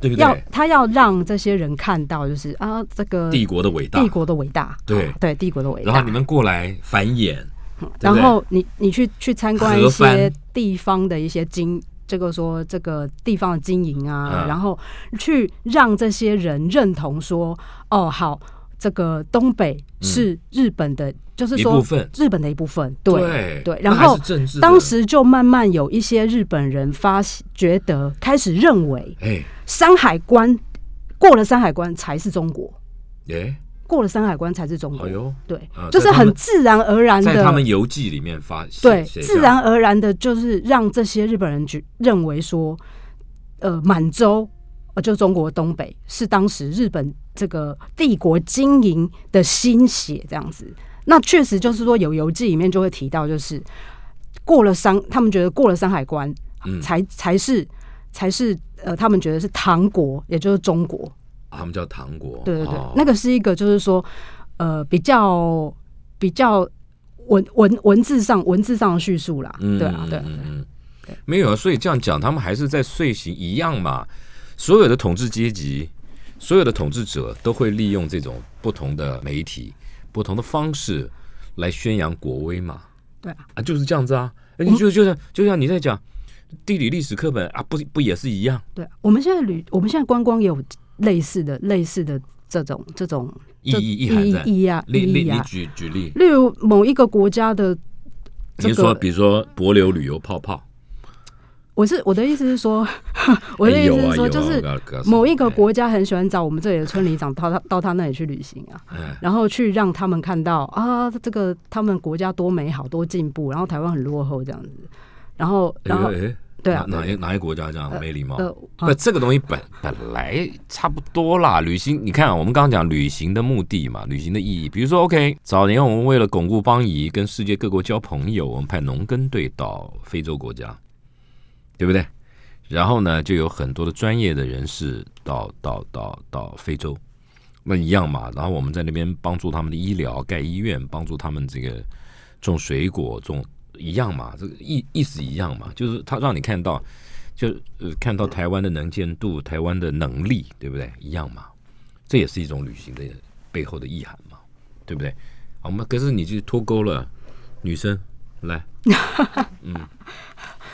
[SPEAKER 2] 对不
[SPEAKER 3] 要
[SPEAKER 2] 对？
[SPEAKER 3] 他要让这些人看到，就是啊，这个
[SPEAKER 2] 帝国的伟大
[SPEAKER 3] 帝，国的伟大，
[SPEAKER 2] 对
[SPEAKER 3] 对，帝国的伟大。
[SPEAKER 2] 然后你们过来繁衍，对不对
[SPEAKER 3] 然后你你去去参观一
[SPEAKER 2] 合
[SPEAKER 3] 些
[SPEAKER 2] 番
[SPEAKER 3] 地方的一些经，这个说这个地方的经营啊，
[SPEAKER 2] 嗯
[SPEAKER 3] 然后去让这些人认同说，哦，好，这个东北是日本的，就是
[SPEAKER 2] 嗯一部
[SPEAKER 3] 说
[SPEAKER 2] 分，
[SPEAKER 3] 日本的一部分，
[SPEAKER 2] 对
[SPEAKER 3] 对，
[SPEAKER 2] 那
[SPEAKER 3] 然
[SPEAKER 2] 还
[SPEAKER 3] 后
[SPEAKER 2] 是。政治的
[SPEAKER 3] 当时就慢慢有一些日本人发觉得开始认为
[SPEAKER 2] 哎
[SPEAKER 3] 山海关过了山海关才是中国，
[SPEAKER 2] 哎，
[SPEAKER 3] 过了山海关才是中国
[SPEAKER 2] 哎，呦，
[SPEAKER 3] 对
[SPEAKER 2] 啊，
[SPEAKER 3] 就是
[SPEAKER 2] 在他
[SPEAKER 3] 很
[SPEAKER 2] 们
[SPEAKER 3] 自然而然
[SPEAKER 2] 在
[SPEAKER 3] 的
[SPEAKER 2] 他们游记里面发写
[SPEAKER 3] 对，
[SPEAKER 2] 写
[SPEAKER 3] 自
[SPEAKER 2] 下
[SPEAKER 3] 然而然的，就是让这些日本人觉认为说，呃，满洲，呃，就中国东北是当时日本这个帝国经营的心血，这样子。那确实就是说，有游记里面就会提到，就是过了山，他们觉得过了山海关，
[SPEAKER 2] 嗯
[SPEAKER 3] 才才是才是呃，他们觉得是唐国，也就是中国。
[SPEAKER 2] 啊他们叫唐国，
[SPEAKER 3] 对对对，
[SPEAKER 2] 哦
[SPEAKER 3] 那个是一个就是说，呃，比较比较文文文字上文字上的叙述啦，
[SPEAKER 2] 嗯
[SPEAKER 3] 对啊，对啊
[SPEAKER 2] 嗯嗯嗯，没有啊，所以这样讲，他们还是在遂行一样嘛。所有的统治阶级，所有的统治者都会利用这种不同的媒体、不同的方式来宣扬国威嘛。
[SPEAKER 3] 对啊，
[SPEAKER 2] 啊，就是这样子啊。你就就像就像你在讲地理历史课本啊，不不也是一样，
[SPEAKER 3] 对啊。我们现在旅，我们现在观光也有类似的类似的这种这种
[SPEAKER 2] 意
[SPEAKER 3] 这
[SPEAKER 2] 义意涵在。
[SPEAKER 3] 意义啊
[SPEAKER 2] 例
[SPEAKER 3] 意
[SPEAKER 2] 例
[SPEAKER 3] 义
[SPEAKER 2] 你
[SPEAKER 3] 啊，
[SPEAKER 2] 举举例，
[SPEAKER 3] 例如某一个国家的。这
[SPEAKER 2] 你说
[SPEAKER 3] 个
[SPEAKER 2] 比如说帛琉旅游泡泡，
[SPEAKER 3] 我是我的意思是说， 我的
[SPEAKER 2] 哎
[SPEAKER 3] 意
[SPEAKER 2] 有
[SPEAKER 3] 思
[SPEAKER 2] 啊
[SPEAKER 3] 是说，
[SPEAKER 2] 有
[SPEAKER 3] 就
[SPEAKER 2] 啊
[SPEAKER 3] 是
[SPEAKER 2] 我告告诉
[SPEAKER 3] 某
[SPEAKER 2] 你
[SPEAKER 3] 一个
[SPEAKER 2] 哎
[SPEAKER 3] 国家很喜欢找我们这里的村里长到他 到他那里去旅行啊，
[SPEAKER 2] 哎
[SPEAKER 3] 然后去让他们看到啊，这个他们国家多美好、多进步，然后台湾很落后这样子，然后然后
[SPEAKER 2] 哎哎
[SPEAKER 3] 对啊，
[SPEAKER 2] 哪哪一哪一国家这样没礼貌？
[SPEAKER 3] 呃啊
[SPEAKER 2] 不，这个东西本本来差不多啦。旅行，你看啊、我们刚刚讲旅行的目的嘛，旅行的意义，比如说，OK，早年我们为了巩固邦谊，跟世界各国交朋友，我们派农耕队到非洲国家，对不对？然后呢，就有很多的专业的人士到到到到非洲，那一样嘛。然后我们在那边帮助他们的医疗，盖医院，帮助他们这个种水果，种一样嘛，这个意意思一样嘛，就是他让你看到。就呃看到台湾的能见度、台湾的能力，对不对？一样嘛，这也是一种旅行的背后的意涵嘛，对不对？好我们可是你就脱钩了，女生来，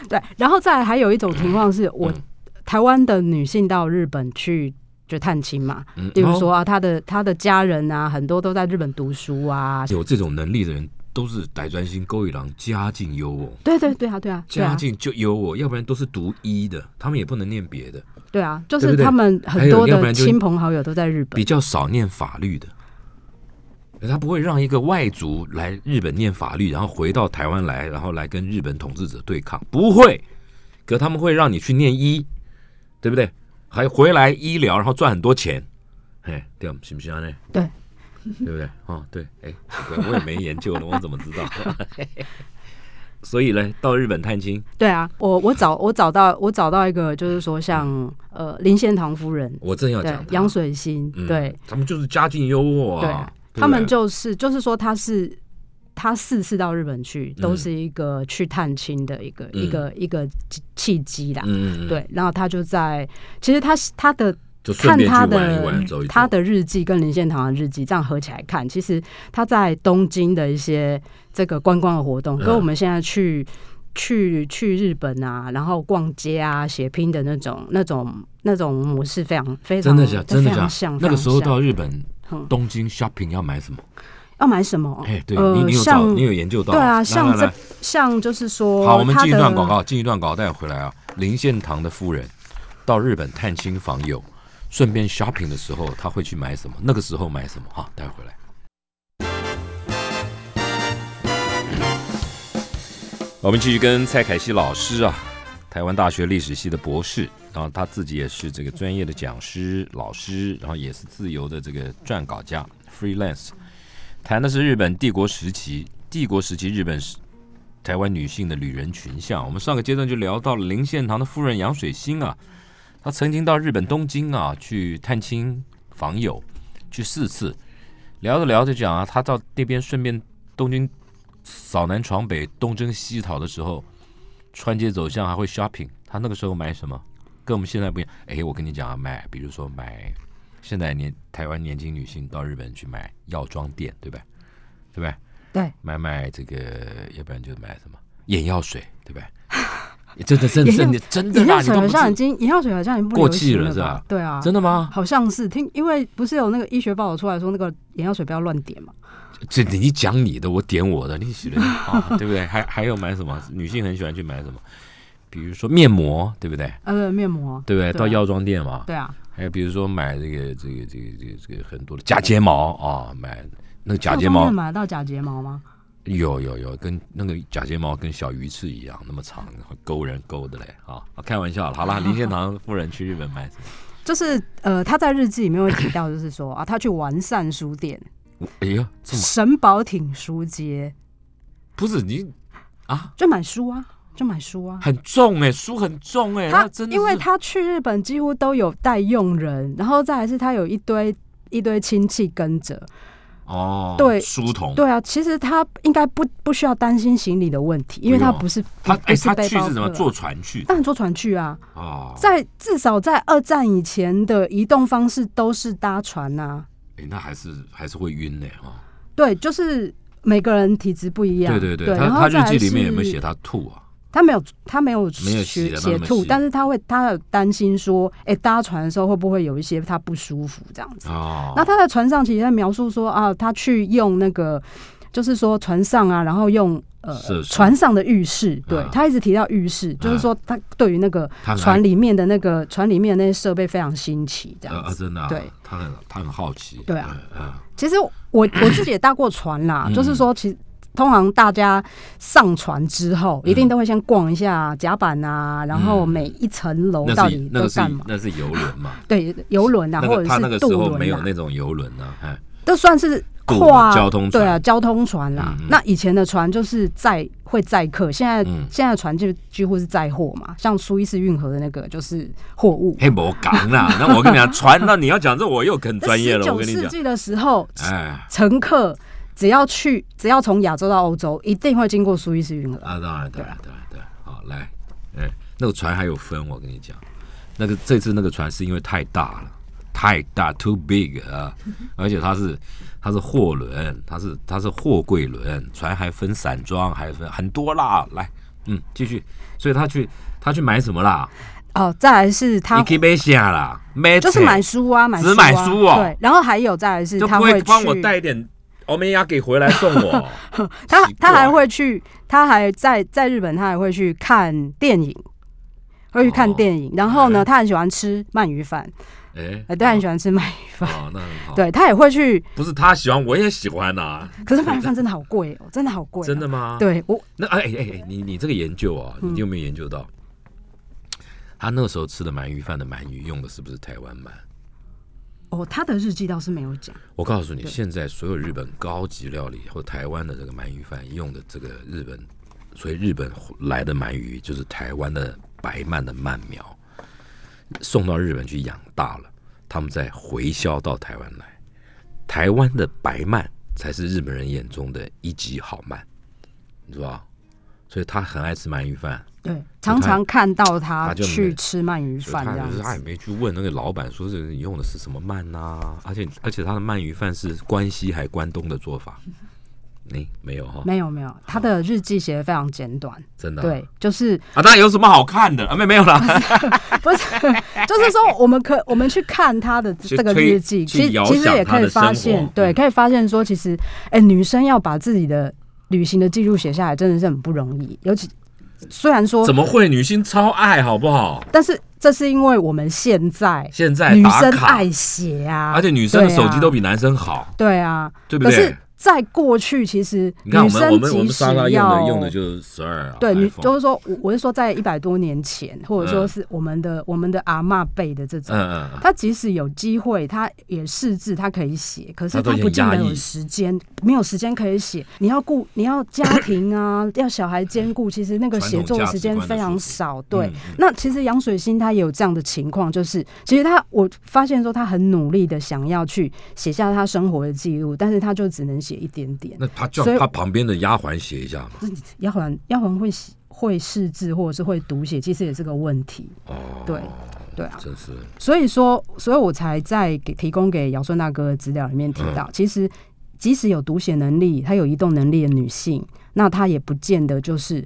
[SPEAKER 3] 对，然后再来还有一种情况是我、
[SPEAKER 2] 嗯
[SPEAKER 3] 台湾的女性到日本去。就探亲嘛，
[SPEAKER 2] 嗯，
[SPEAKER 3] 比如
[SPEAKER 2] 哦
[SPEAKER 3] 说啊，她的她的家人啊，很多都在日本读书啊，
[SPEAKER 2] 有这种能力的人，都是歹专心勾一郎，家境优渥，
[SPEAKER 3] 对对对啊，对啊，对
[SPEAKER 2] 家
[SPEAKER 3] 啊，
[SPEAKER 2] 境就优渥，要不然都是读医的，他们也不能念别的，
[SPEAKER 3] 对啊，就
[SPEAKER 2] 对
[SPEAKER 3] 是
[SPEAKER 2] 不对
[SPEAKER 3] 他们
[SPEAKER 2] 还
[SPEAKER 3] 很
[SPEAKER 2] 有
[SPEAKER 3] 多
[SPEAKER 2] 要不
[SPEAKER 3] 的
[SPEAKER 2] 然就
[SPEAKER 3] 亲朋好友都在日本
[SPEAKER 2] 比，较少念法律的。他不会让一个外族来日本念法律，然后回到台湾来，然后来跟日本统治者对抗，不会。可他们会让你去念医，对不对？还回来医疗，然后赚很多钱，哎，对，行不行啊？呢，
[SPEAKER 3] 对，
[SPEAKER 2] 对不对？哦，对，哎，这个我也没研究了，我怎么知道？ 所以呢，到日本探亲，
[SPEAKER 3] 对啊，我我找我找到我找到一个，就是说像呃林献堂夫人，
[SPEAKER 2] 我正要
[SPEAKER 3] 对
[SPEAKER 2] 讲，他
[SPEAKER 3] 杨，水心，
[SPEAKER 2] 嗯
[SPEAKER 3] 对，
[SPEAKER 2] 他们就是家境优渥
[SPEAKER 3] 对
[SPEAKER 2] 啊，对不
[SPEAKER 3] 他们
[SPEAKER 2] 对
[SPEAKER 3] 就是就是说他是他四次到日本去，
[SPEAKER 2] 嗯
[SPEAKER 3] 都是一个去探亲的一个、
[SPEAKER 2] 嗯
[SPEAKER 3] 一个一个契契机啦。
[SPEAKER 2] 嗯嗯嗯，
[SPEAKER 3] 对，然后他就在，其实他他的
[SPEAKER 2] 就顺
[SPEAKER 3] 看
[SPEAKER 2] 便去
[SPEAKER 3] 他
[SPEAKER 2] 玩
[SPEAKER 3] 的嗯
[SPEAKER 2] 一玩，走一走。
[SPEAKER 3] 他的日记跟林献堂的日记这样合起来看，其实他在东京的一些这个观光的活动，
[SPEAKER 2] 嗯
[SPEAKER 3] 跟我们现在去去去日本啊，然后逛街啊、血拼的那种、那种、那种模式非常非常
[SPEAKER 2] 真的假？真的
[SPEAKER 3] 非常
[SPEAKER 2] 假
[SPEAKER 3] 像？
[SPEAKER 2] 那个时候
[SPEAKER 3] 非常
[SPEAKER 2] 到
[SPEAKER 3] 像
[SPEAKER 2] 日本
[SPEAKER 3] 嗯
[SPEAKER 2] 东京 shopping 要买什么？
[SPEAKER 3] 要买什么？
[SPEAKER 2] 哎，对
[SPEAKER 3] 呃
[SPEAKER 2] 你，你有找，
[SPEAKER 3] 像
[SPEAKER 2] 你有研究到？
[SPEAKER 3] 对
[SPEAKER 2] 来
[SPEAKER 3] 啊，像
[SPEAKER 2] 来
[SPEAKER 3] 这
[SPEAKER 2] 来
[SPEAKER 3] 像就是说，
[SPEAKER 2] 好，我们
[SPEAKER 3] 它
[SPEAKER 2] 进一段
[SPEAKER 3] 的
[SPEAKER 2] 广告，进一段广告，待会回来啊。林献堂的夫人到日本探亲访友，顺便 shopping 的时候，她会去买什么？那个时候买什么？哈，待会回来。
[SPEAKER 4] 我们继续跟蔡凯西老师啊，台湾大学历史系的博士，然后他自己也是这个专业的讲师、老师，然后也是自由的这个撰稿家 （freelance），谈的是日本帝国时期，帝国时期日本是台湾女性的旅人群像。我们上个阶段就聊到了林献堂的夫人杨水心啊，她曾经到日本东京啊去探亲访友，去四次，聊着聊着讲啊，她到那边顺便东京扫南闯北、东征西讨的时候，穿街走巷还会 shopping。他那个时候买什么，跟我们现在不一样。哎，我跟你讲啊，买，比如说买，现在年台湾年轻女性到日本去买药妆店，对吧？对吧？
[SPEAKER 3] 对，
[SPEAKER 4] 买买这个，要不然就买什么眼药水，对吧？
[SPEAKER 2] 真的，真的，真的，真的
[SPEAKER 3] 眼
[SPEAKER 2] 啦，
[SPEAKER 3] 药
[SPEAKER 2] 你
[SPEAKER 3] 水
[SPEAKER 2] 都不
[SPEAKER 3] 好
[SPEAKER 2] 知
[SPEAKER 3] 像已经眼药水好像已经不
[SPEAKER 2] 过
[SPEAKER 3] 流
[SPEAKER 2] 气
[SPEAKER 3] 行
[SPEAKER 2] 了
[SPEAKER 3] 了
[SPEAKER 2] 是
[SPEAKER 3] 吧
[SPEAKER 2] 吧
[SPEAKER 3] 对啊，
[SPEAKER 2] 真的吗？
[SPEAKER 3] 好像是听，因为不是有那个医学报道出来说那个眼药水不要乱点嘛？
[SPEAKER 2] 这你讲你的，我点我的，你喜 人啊，对不对？还还有买什么？女性很喜欢去买什么？
[SPEAKER 4] 比如说面膜，对不对？
[SPEAKER 3] 呃，面膜，
[SPEAKER 4] 对不对？
[SPEAKER 3] 对啊
[SPEAKER 4] 到药妆店嘛，
[SPEAKER 3] 对啊，
[SPEAKER 4] 还有比如说买这个这个这个这个这个很多的假睫毛啊，买那个假睫
[SPEAKER 3] 药妆
[SPEAKER 4] 毛
[SPEAKER 3] 店，买得到假睫毛吗？
[SPEAKER 4] 有有有，跟那个假睫毛跟小鱼翅一样那么长，然后勾人勾的嘞啊！啊开玩笑了，好啦，林献堂夫人去日本买什么？
[SPEAKER 3] 就是呃，他在日记里面会提到，就是说啊，他去完善书店、
[SPEAKER 4] 我哎呀，
[SPEAKER 2] 嗯
[SPEAKER 4] 这么
[SPEAKER 3] 神保町书街，
[SPEAKER 2] 不是你
[SPEAKER 3] 就买书啊，就买书啊。
[SPEAKER 2] 很重哎、书很重哎、
[SPEAKER 3] 他
[SPEAKER 2] 那真的是
[SPEAKER 3] 因为他去日本几乎都有带佣人，然后再来是他有一堆一堆亲戚跟着，
[SPEAKER 2] 哦，
[SPEAKER 3] 对
[SPEAKER 2] 书童，
[SPEAKER 3] 对啊，其实他应该不不需要担心行李的问题，因为
[SPEAKER 2] 不用
[SPEAKER 3] 他
[SPEAKER 2] 啊
[SPEAKER 3] 不是
[SPEAKER 2] 他
[SPEAKER 3] 不
[SPEAKER 2] 哎、
[SPEAKER 3] 是
[SPEAKER 2] 他
[SPEAKER 3] 背
[SPEAKER 2] 去
[SPEAKER 3] 包
[SPEAKER 2] 是怎么
[SPEAKER 3] 客啊
[SPEAKER 2] 坐船去的
[SPEAKER 3] 当然坐船去啊，
[SPEAKER 2] 哦？
[SPEAKER 3] 在至少在二战以前的移动方式都是搭船啊。
[SPEAKER 2] 哎、那还是还是会晕呢、哦。
[SPEAKER 3] 对，就是每个人体质不一样。
[SPEAKER 2] 对对对，
[SPEAKER 3] 然
[SPEAKER 2] 他他
[SPEAKER 3] 后
[SPEAKER 2] 日
[SPEAKER 3] 再来
[SPEAKER 2] 记里面有没有
[SPEAKER 3] 是
[SPEAKER 2] 写他吐啊？
[SPEAKER 3] 他没有，他没有
[SPEAKER 2] 没有写
[SPEAKER 3] 写
[SPEAKER 2] 得那
[SPEAKER 3] 写
[SPEAKER 2] 么
[SPEAKER 3] 吐
[SPEAKER 2] 细，
[SPEAKER 3] 但是他会，他有担心说，哎、搭船的时候会不会有一些他不舒服这样子？
[SPEAKER 2] 哦，
[SPEAKER 3] 那他在船上其实在描述说啊，他去用那个，就是说船上啊，然后用呃
[SPEAKER 2] 设施
[SPEAKER 3] 船上的浴室，对、
[SPEAKER 2] 啊
[SPEAKER 3] 他一直提到浴室，就是说他对于那个
[SPEAKER 2] 他很爱
[SPEAKER 3] 船里面的那个船里面的那些设备非常新奇，这
[SPEAKER 2] 呃
[SPEAKER 3] 样
[SPEAKER 2] 啊，
[SPEAKER 3] 子。
[SPEAKER 2] 真的、啊，
[SPEAKER 3] 对，
[SPEAKER 2] 他很他很好奇，
[SPEAKER 3] 对啊
[SPEAKER 2] 嗯，嗯
[SPEAKER 3] 其实我我自己也搭过船啦，
[SPEAKER 2] 嗯
[SPEAKER 3] 就是说其实。通常大家上船之后，
[SPEAKER 2] 嗯
[SPEAKER 3] 一定都会先逛一下甲板啊，然后每一层楼到
[SPEAKER 2] 那是
[SPEAKER 3] 底
[SPEAKER 2] 那
[SPEAKER 3] 都
[SPEAKER 2] 个是
[SPEAKER 3] 干嘛？
[SPEAKER 2] 那是游轮 嘛，
[SPEAKER 3] 对，游轮啊，
[SPEAKER 2] 那
[SPEAKER 3] 或
[SPEAKER 2] 个
[SPEAKER 3] 者
[SPEAKER 2] 他那个
[SPEAKER 3] 是
[SPEAKER 2] 时
[SPEAKER 3] 渡
[SPEAKER 2] 候没
[SPEAKER 3] 轮
[SPEAKER 2] 有
[SPEAKER 3] 啊
[SPEAKER 2] 那，种游轮呢，哎，
[SPEAKER 3] 都算是
[SPEAKER 2] 渡
[SPEAKER 3] 跨
[SPEAKER 2] 交通船
[SPEAKER 3] 对啊，交通船啦
[SPEAKER 2] 嗯嗯。
[SPEAKER 3] 那以前的船就是载会载客，现在
[SPEAKER 2] 嗯
[SPEAKER 3] 现在的船就几乎是载货嘛，像苏伊士运河的那个就是货物。
[SPEAKER 2] 嘿，我讲啦，啊那我跟你讲，船，那你要讲这我又更专业了，我跟你
[SPEAKER 3] 19世
[SPEAKER 2] 讲，
[SPEAKER 3] 纪的时候，
[SPEAKER 2] 哎，
[SPEAKER 3] 乘客只要去，只要从亚洲到欧洲，一定会经过苏伊士运河。
[SPEAKER 2] 啊，当然，当然，当然，当然，好，来，哎，那个船还有分，我跟你讲，那个这次那个船是因为太大了，太大，too big 啊，而且它是它是货轮，它是它是货柜轮，船还分散装，还分很多啦，来，嗯，继续，所以他去他去买什么啦？
[SPEAKER 3] 哦，再来是他
[SPEAKER 2] 你可以买下啦，买
[SPEAKER 3] 就是
[SPEAKER 2] 菜
[SPEAKER 3] 买书啊，买
[SPEAKER 2] 只
[SPEAKER 3] 啊
[SPEAKER 2] 买书哦
[SPEAKER 3] 对，然后还有再来是
[SPEAKER 2] 就
[SPEAKER 3] 他
[SPEAKER 2] 不
[SPEAKER 3] 会
[SPEAKER 2] 会
[SPEAKER 3] 去，
[SPEAKER 2] 帮我带一点欧米亚给回来送 我？
[SPEAKER 3] 他
[SPEAKER 2] 奇怪
[SPEAKER 3] 他还会去，他还在在日本，他还会去看电影，会去看
[SPEAKER 2] 哦
[SPEAKER 3] 电影。然后
[SPEAKER 2] 哎
[SPEAKER 3] 呢，他很喜欢吃鳗鱼饭，
[SPEAKER 2] 哎，
[SPEAKER 3] 呃，他很喜欢吃鳗鱼饭。
[SPEAKER 2] 哦，那很好。，
[SPEAKER 3] 对他也会去，
[SPEAKER 2] 不是他喜欢，我也喜欢呐、
[SPEAKER 3] 可是鳗鱼饭真的好贵哦，真的好贵、
[SPEAKER 2] 真的。吗？，
[SPEAKER 3] 对我
[SPEAKER 2] 那哎哎哎，你你这个研究啊，你有没有研究到？他那时候吃的鳗鱼饭的鳗鱼用的是不是台湾鳗？
[SPEAKER 3] 哦，他的日记倒是没有讲，
[SPEAKER 2] 我告诉你，
[SPEAKER 3] 对
[SPEAKER 2] 现在所有日本高级料理或台湾的这个鳗鱼饭用的这个日本，所以日本来的鳗鱼就是台湾的白鳗的鳗苗，送到日本去养大了，他们再回销到台湾来。台湾的白鳗才是日本人眼中的一级好鳗，你知道吧？所以他很爱吃鳗鱼饭，
[SPEAKER 3] 对，常常看到
[SPEAKER 2] 他
[SPEAKER 3] 他
[SPEAKER 2] 就没
[SPEAKER 3] 去吃鳗鱼
[SPEAKER 2] 就
[SPEAKER 3] 饭这
[SPEAKER 2] 他
[SPEAKER 3] 样
[SPEAKER 2] 就是他也
[SPEAKER 3] 子。
[SPEAKER 2] 没去问那个老板说是你用的是什么鳗呐、而且而且他的鳗鱼饭是关西还关东的做法，你没有哈？
[SPEAKER 3] 没有没有，他的日记写的非常简短，
[SPEAKER 2] 真的啊
[SPEAKER 3] 对，就是
[SPEAKER 2] 啊，那有什么好看的啊？没没有啦，
[SPEAKER 3] 不是， 就是说我们可我们去看他的
[SPEAKER 2] 去
[SPEAKER 3] 这个
[SPEAKER 2] 推
[SPEAKER 3] 日记，
[SPEAKER 2] 去
[SPEAKER 3] 其实
[SPEAKER 2] 遥
[SPEAKER 3] 其实
[SPEAKER 2] 想
[SPEAKER 3] 也
[SPEAKER 2] 他
[SPEAKER 3] 可以
[SPEAKER 2] 的
[SPEAKER 3] 发
[SPEAKER 2] 生
[SPEAKER 3] 现
[SPEAKER 2] 活，
[SPEAKER 3] 对，
[SPEAKER 2] 嗯
[SPEAKER 3] 可以发现说，其实哎、女生要把自己的旅行的记录写下来，真的是很不容易，尤其虽然说
[SPEAKER 2] 怎，么会？女性超爱好不好？
[SPEAKER 3] 但是这是因为我们现在
[SPEAKER 2] 现在
[SPEAKER 3] 女
[SPEAKER 2] 打
[SPEAKER 3] 生
[SPEAKER 2] 卡，
[SPEAKER 3] 爱写啊，
[SPEAKER 2] 而且女生的
[SPEAKER 3] 对啊
[SPEAKER 2] 手机都比男生好，
[SPEAKER 3] 对啊，
[SPEAKER 2] 对不
[SPEAKER 3] 可是
[SPEAKER 2] 对？
[SPEAKER 3] 在过去，其实
[SPEAKER 2] 你看
[SPEAKER 3] 女
[SPEAKER 2] 我们我
[SPEAKER 3] 生
[SPEAKER 2] 们我
[SPEAKER 3] 即
[SPEAKER 2] 们
[SPEAKER 3] 使
[SPEAKER 2] 莎莎用
[SPEAKER 3] 要
[SPEAKER 2] 的用的就是十二啊，
[SPEAKER 3] 对，你
[SPEAKER 2] iPhone
[SPEAKER 3] 就是说，我我是说，在一百多年前，或者说
[SPEAKER 2] 嗯
[SPEAKER 3] 是我们的、我们的阿嬷辈的这种，
[SPEAKER 2] 嗯嗯嗯，
[SPEAKER 3] 他即使有机会，他也识字，他可以写，可是
[SPEAKER 2] 他都
[SPEAKER 3] 他不
[SPEAKER 2] 很
[SPEAKER 3] 见
[SPEAKER 2] 压
[SPEAKER 3] 得有
[SPEAKER 2] 抑
[SPEAKER 3] 时间，没有时间可以写。你要顾，你要家庭啊，要小孩兼顾，其实那个
[SPEAKER 2] 传
[SPEAKER 3] 写
[SPEAKER 2] 统
[SPEAKER 3] 作
[SPEAKER 2] 价
[SPEAKER 3] 时
[SPEAKER 2] 值
[SPEAKER 3] 间
[SPEAKER 2] 观的
[SPEAKER 3] 非常
[SPEAKER 2] 束缚
[SPEAKER 3] 少。对，
[SPEAKER 2] 嗯嗯
[SPEAKER 3] 那其实杨水欣她也有这样的情况，就是其实她我发现说她很努力的想要去写下她生活的记录，但是她就只能写一点点。
[SPEAKER 2] 那他叫
[SPEAKER 3] 所以
[SPEAKER 2] 他旁边的丫鬟写一下嘛。
[SPEAKER 3] 要不然要不然会写会识字或者是会读写，其实也是个问题。
[SPEAKER 2] 哦，
[SPEAKER 3] 对对啊，
[SPEAKER 2] 真是
[SPEAKER 3] 所以说，所以我才在给提供给尧舜大哥的资料里面提到，其实即使有读写能力、她有移动能力的女性，那她也不见得就是